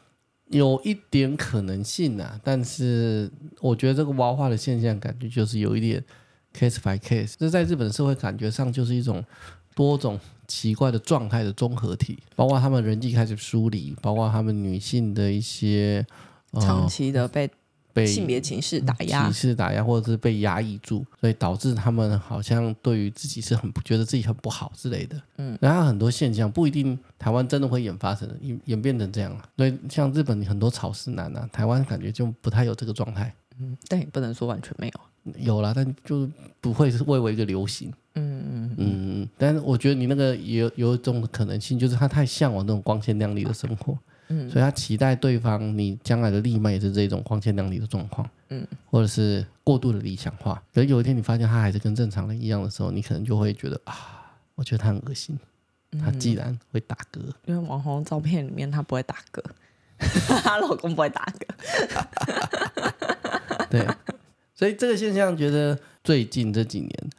[SPEAKER 2] 有一点可能性啊，但是我觉得这个挖化的现象，感觉就是有一点 case by case，这在日本的社会感觉上就是一种多种奇怪的状态的综合体，包括他们人际开始疏离，包括他们女性的一些
[SPEAKER 1] 长
[SPEAKER 2] 呃
[SPEAKER 1] 期的哦被嗯
[SPEAKER 2] 被
[SPEAKER 1] 性别歧视打压
[SPEAKER 2] 歧，视打压，或者是被压抑住，所以导致他们好像对于自己是很不觉得自己很不好之类的。嗯，然后很多现象不一定台湾真的会演发生，演演变成这样了。啊所以像日本很多草食男啊，台湾感觉就不太有这个状态，
[SPEAKER 1] 嗯但也不能说完全没有。
[SPEAKER 2] 有啦，但就不会是蔚为一个流行。嗯嗯嗯，但是我觉得你那个也有有一种可能性，就是他太向往那种光鲜亮丽的生活，嗯，所以他期待对方你将来的另一半也是这种光鲜亮丽的状况，嗯，或者是过度的理想化。可是有一天你发现他还是跟正常人一样的时候，你可能就会觉得啊，我觉得他很恶心，他既然会打嗝，
[SPEAKER 1] 因为网红照片里面她不会打 (laughs) 嗝，她老公不会打嗝。
[SPEAKER 2] 对，所以这个现象觉得最近这几年，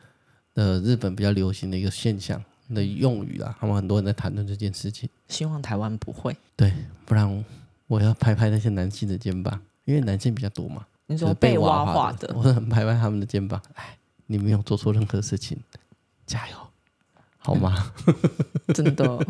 [SPEAKER 2] 呃，日本比较流行的一个现象的用语啦，他们很多人在谈论这件事情。
[SPEAKER 1] 希望台湾不会。
[SPEAKER 2] 不然我要拍拍那些男性的肩膀，因为男性比较多嘛，
[SPEAKER 1] 你
[SPEAKER 2] 就是
[SPEAKER 1] 说
[SPEAKER 2] 被
[SPEAKER 1] 挖
[SPEAKER 2] 化
[SPEAKER 1] 化
[SPEAKER 2] 的，
[SPEAKER 1] 的，
[SPEAKER 2] 我很拍拍他们的肩膀，哎，你没有做错任何事情，加油，好吗？
[SPEAKER 1] (laughs) 真的，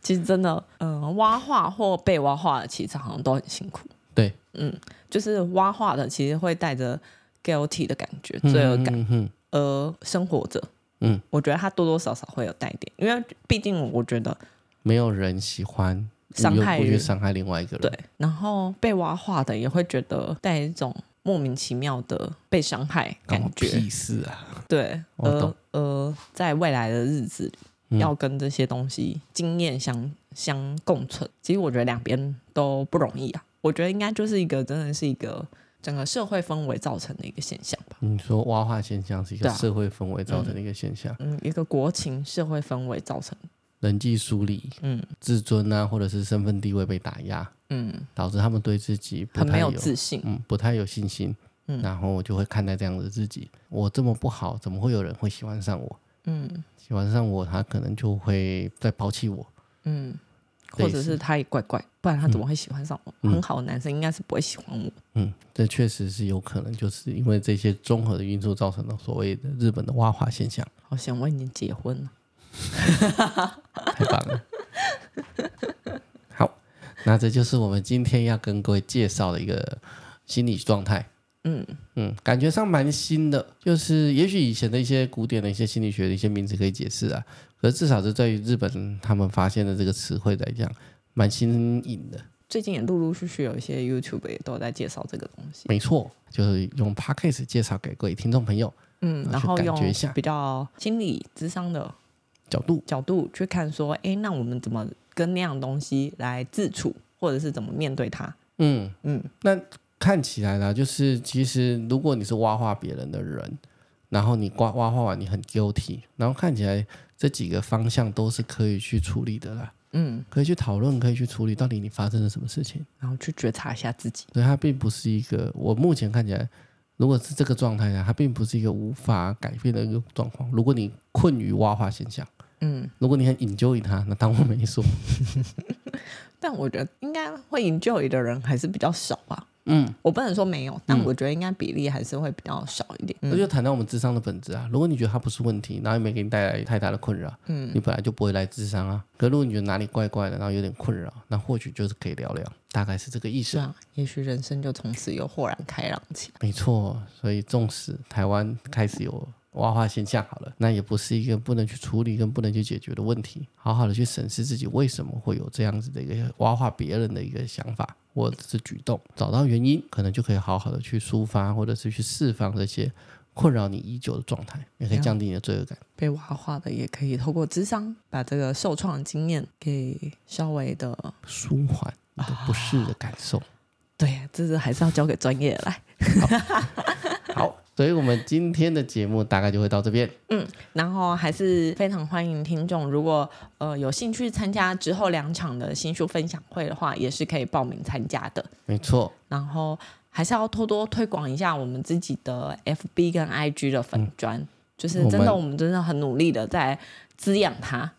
[SPEAKER 1] 其实真的，嗯、挖化或被挖化的，其实好像都很辛苦。
[SPEAKER 2] 对，
[SPEAKER 1] 嗯，就是挖化的，其实会带着 guilty 的感觉、罪恶感，
[SPEAKER 2] 嗯，嗯
[SPEAKER 1] 而生活着。
[SPEAKER 2] 嗯，
[SPEAKER 1] 我觉得他多多少少会有带点，因为毕竟我觉得
[SPEAKER 2] 没有人喜欢
[SPEAKER 1] 伤
[SPEAKER 2] 你又
[SPEAKER 1] 害
[SPEAKER 2] 不去
[SPEAKER 1] 人
[SPEAKER 2] 伤害另外一个人，
[SPEAKER 1] 对，然后被挖化的也会觉得带一种莫名其妙的被伤害
[SPEAKER 2] 关
[SPEAKER 1] 感
[SPEAKER 2] 我
[SPEAKER 1] 觉，
[SPEAKER 2] 屁事啊！
[SPEAKER 1] 对，
[SPEAKER 2] 我懂
[SPEAKER 1] 而而在未来的日子里，
[SPEAKER 2] 嗯
[SPEAKER 1] 要跟这些东西经验相相共存。其实我觉得两边都不容易啊。我觉得应该就是一个真的是一个整个社会氛围造成的一个现象吧。
[SPEAKER 2] 你说挖化现象是一个
[SPEAKER 1] 对啊
[SPEAKER 2] 社会氛围造成的一个现象，
[SPEAKER 1] 嗯，一个国情社会氛围造成。
[SPEAKER 2] 人际疏离、
[SPEAKER 1] 嗯
[SPEAKER 2] 自尊啊，或者是身份地位被打压，
[SPEAKER 1] 嗯，
[SPEAKER 2] 导致他们对自己不
[SPEAKER 1] 很没
[SPEAKER 2] 太
[SPEAKER 1] 有自信。
[SPEAKER 2] 嗯，不太有信心，
[SPEAKER 1] 嗯
[SPEAKER 2] 然后我就会看待这样的自己，我这么不好，怎么会有人会喜欢上我？
[SPEAKER 1] 嗯
[SPEAKER 2] 喜欢上我，他可能就会再抛弃我。
[SPEAKER 1] 嗯，
[SPEAKER 2] 类
[SPEAKER 1] 或者
[SPEAKER 2] 似
[SPEAKER 1] 是他也怪怪，不然他怎么会喜欢上我？
[SPEAKER 2] 嗯
[SPEAKER 1] 很好的男生应该是不会喜欢我。
[SPEAKER 2] 嗯，这确实是有可能，就是因为这些综合的因素造成的所谓的日本的蛙化现象，
[SPEAKER 1] 好险，我已经结婚了。
[SPEAKER 2] 太棒了。好，那这就是我们今天要跟各位介绍的一个心理状态。
[SPEAKER 1] 嗯
[SPEAKER 2] 嗯，感觉上蛮新的，就是也许以前的一些古典的一些心理学的一些名词可以解释啊，可是至少是在于日本他们发现的这个词汇来讲，蛮新颖的。
[SPEAKER 1] 最近也陆陆续续有一些 YouTube 也都在介绍这个东西。
[SPEAKER 2] 没错，就是用 podcast 介绍给各位听众朋友
[SPEAKER 1] 嗯，然
[SPEAKER 2] 然呃后去
[SPEAKER 1] 后
[SPEAKER 2] 感
[SPEAKER 1] 用
[SPEAKER 2] 觉一下
[SPEAKER 1] 比较心理智商的
[SPEAKER 2] 角度。
[SPEAKER 1] 角度去看，说，哎，那我们怎么跟那样的东西来自处，或者是怎么面对它？
[SPEAKER 2] 嗯，
[SPEAKER 1] 嗯，
[SPEAKER 2] 看起来啦，就是其实如果你是挖化别人的人，然后你挖挖化完你很 guilty，然后看起来这几个方向都是可以去处理的啦，
[SPEAKER 1] 嗯，
[SPEAKER 2] 可以去讨论，可以去处理到底你发生了什么事情。
[SPEAKER 1] 然后去觉察一下自己。
[SPEAKER 2] 所以它并不是一个我目前看起来，如果是这个状态下，它并不是一个无法改变的一个状况。如果你困于蛙化现象，
[SPEAKER 1] 嗯，
[SPEAKER 2] 如果你很 enjoy 它，那当我没说，
[SPEAKER 1] 但我觉得应该会 enjoy 的人还是比较少吧。
[SPEAKER 2] 嗯，
[SPEAKER 1] 我不能说没有，但我觉得应该比例还是会比较少一点。
[SPEAKER 2] 那、就谈到我们智商的本质啊。如果你觉得它不是问题，然后也没给你带来太大的困扰，嗯，你本来就不会来智商啊。可如果你觉得哪里怪怪的，然后有点困扰，那或许就是可以聊聊，大概是这个意
[SPEAKER 1] 是
[SPEAKER 2] 思。
[SPEAKER 1] 啊，也许人生就从此又豁然开朗起来。
[SPEAKER 2] 没错，所以纵使台湾开始有蛙化现象好了，那也不是一个不能去处理跟不能去解决的问题。好好的去审视自己为什么会有这样子的一个蛙化别人的一个想法或者是举动，找到原因，可能就可以好好的去抒发或者是去释放这些困扰你已久的状态，也可以降低你的罪恶感。
[SPEAKER 1] 被挖化的也可以透过智商，把这个受创的经验给稍微的，
[SPEAKER 2] 舒缓你的不适的感受。
[SPEAKER 1] 对，这是还是要交给专业来。
[SPEAKER 2] 好，所以我们今天的节目大概就会到这边。
[SPEAKER 1] 然后还是非常欢迎听众，如果呃有兴趣参加之后两场的新书分享会的话，也是可以报名参加的。
[SPEAKER 2] 没错，
[SPEAKER 1] 然后还是要多多推广一下我们自己的 FB 跟 IG 的粉砖，就是真的
[SPEAKER 2] 我
[SPEAKER 1] 我们真的很努力的在滋养它。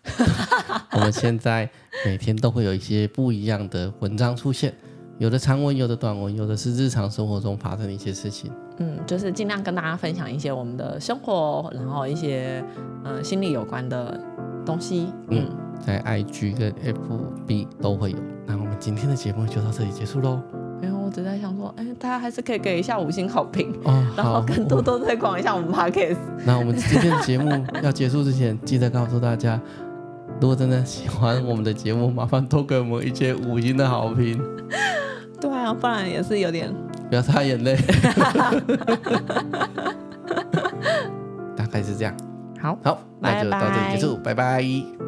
[SPEAKER 2] 我们现在每天都会有一些不一样的文章出现，有的长文，有的短文，有的是日常生活中发生的一些事情。
[SPEAKER 1] 嗯，就是尽量跟大家分享一些我们的生活，然后一些呃心理有关的东西。嗯，
[SPEAKER 2] 嗯在 IG 跟 FB 都会有。那我们今天的节目就到这里结束喽。
[SPEAKER 1] 没有，嗯我只在想说，哎，大家还是可以给一下五星好评，
[SPEAKER 2] 哦，
[SPEAKER 1] 然后
[SPEAKER 2] 好，
[SPEAKER 1] 更多多推广一下我们 Podcast。
[SPEAKER 2] 那我们今天的节目要结束之前，记得告诉大家，如果真的喜欢我们的节目，麻烦多给我们一些五星的好评，
[SPEAKER 1] 对啊，不然也是有点
[SPEAKER 2] 不要擦眼泪。 (laughs) 大概是这样。
[SPEAKER 1] 好。
[SPEAKER 2] 好，那就到这里结束，拜拜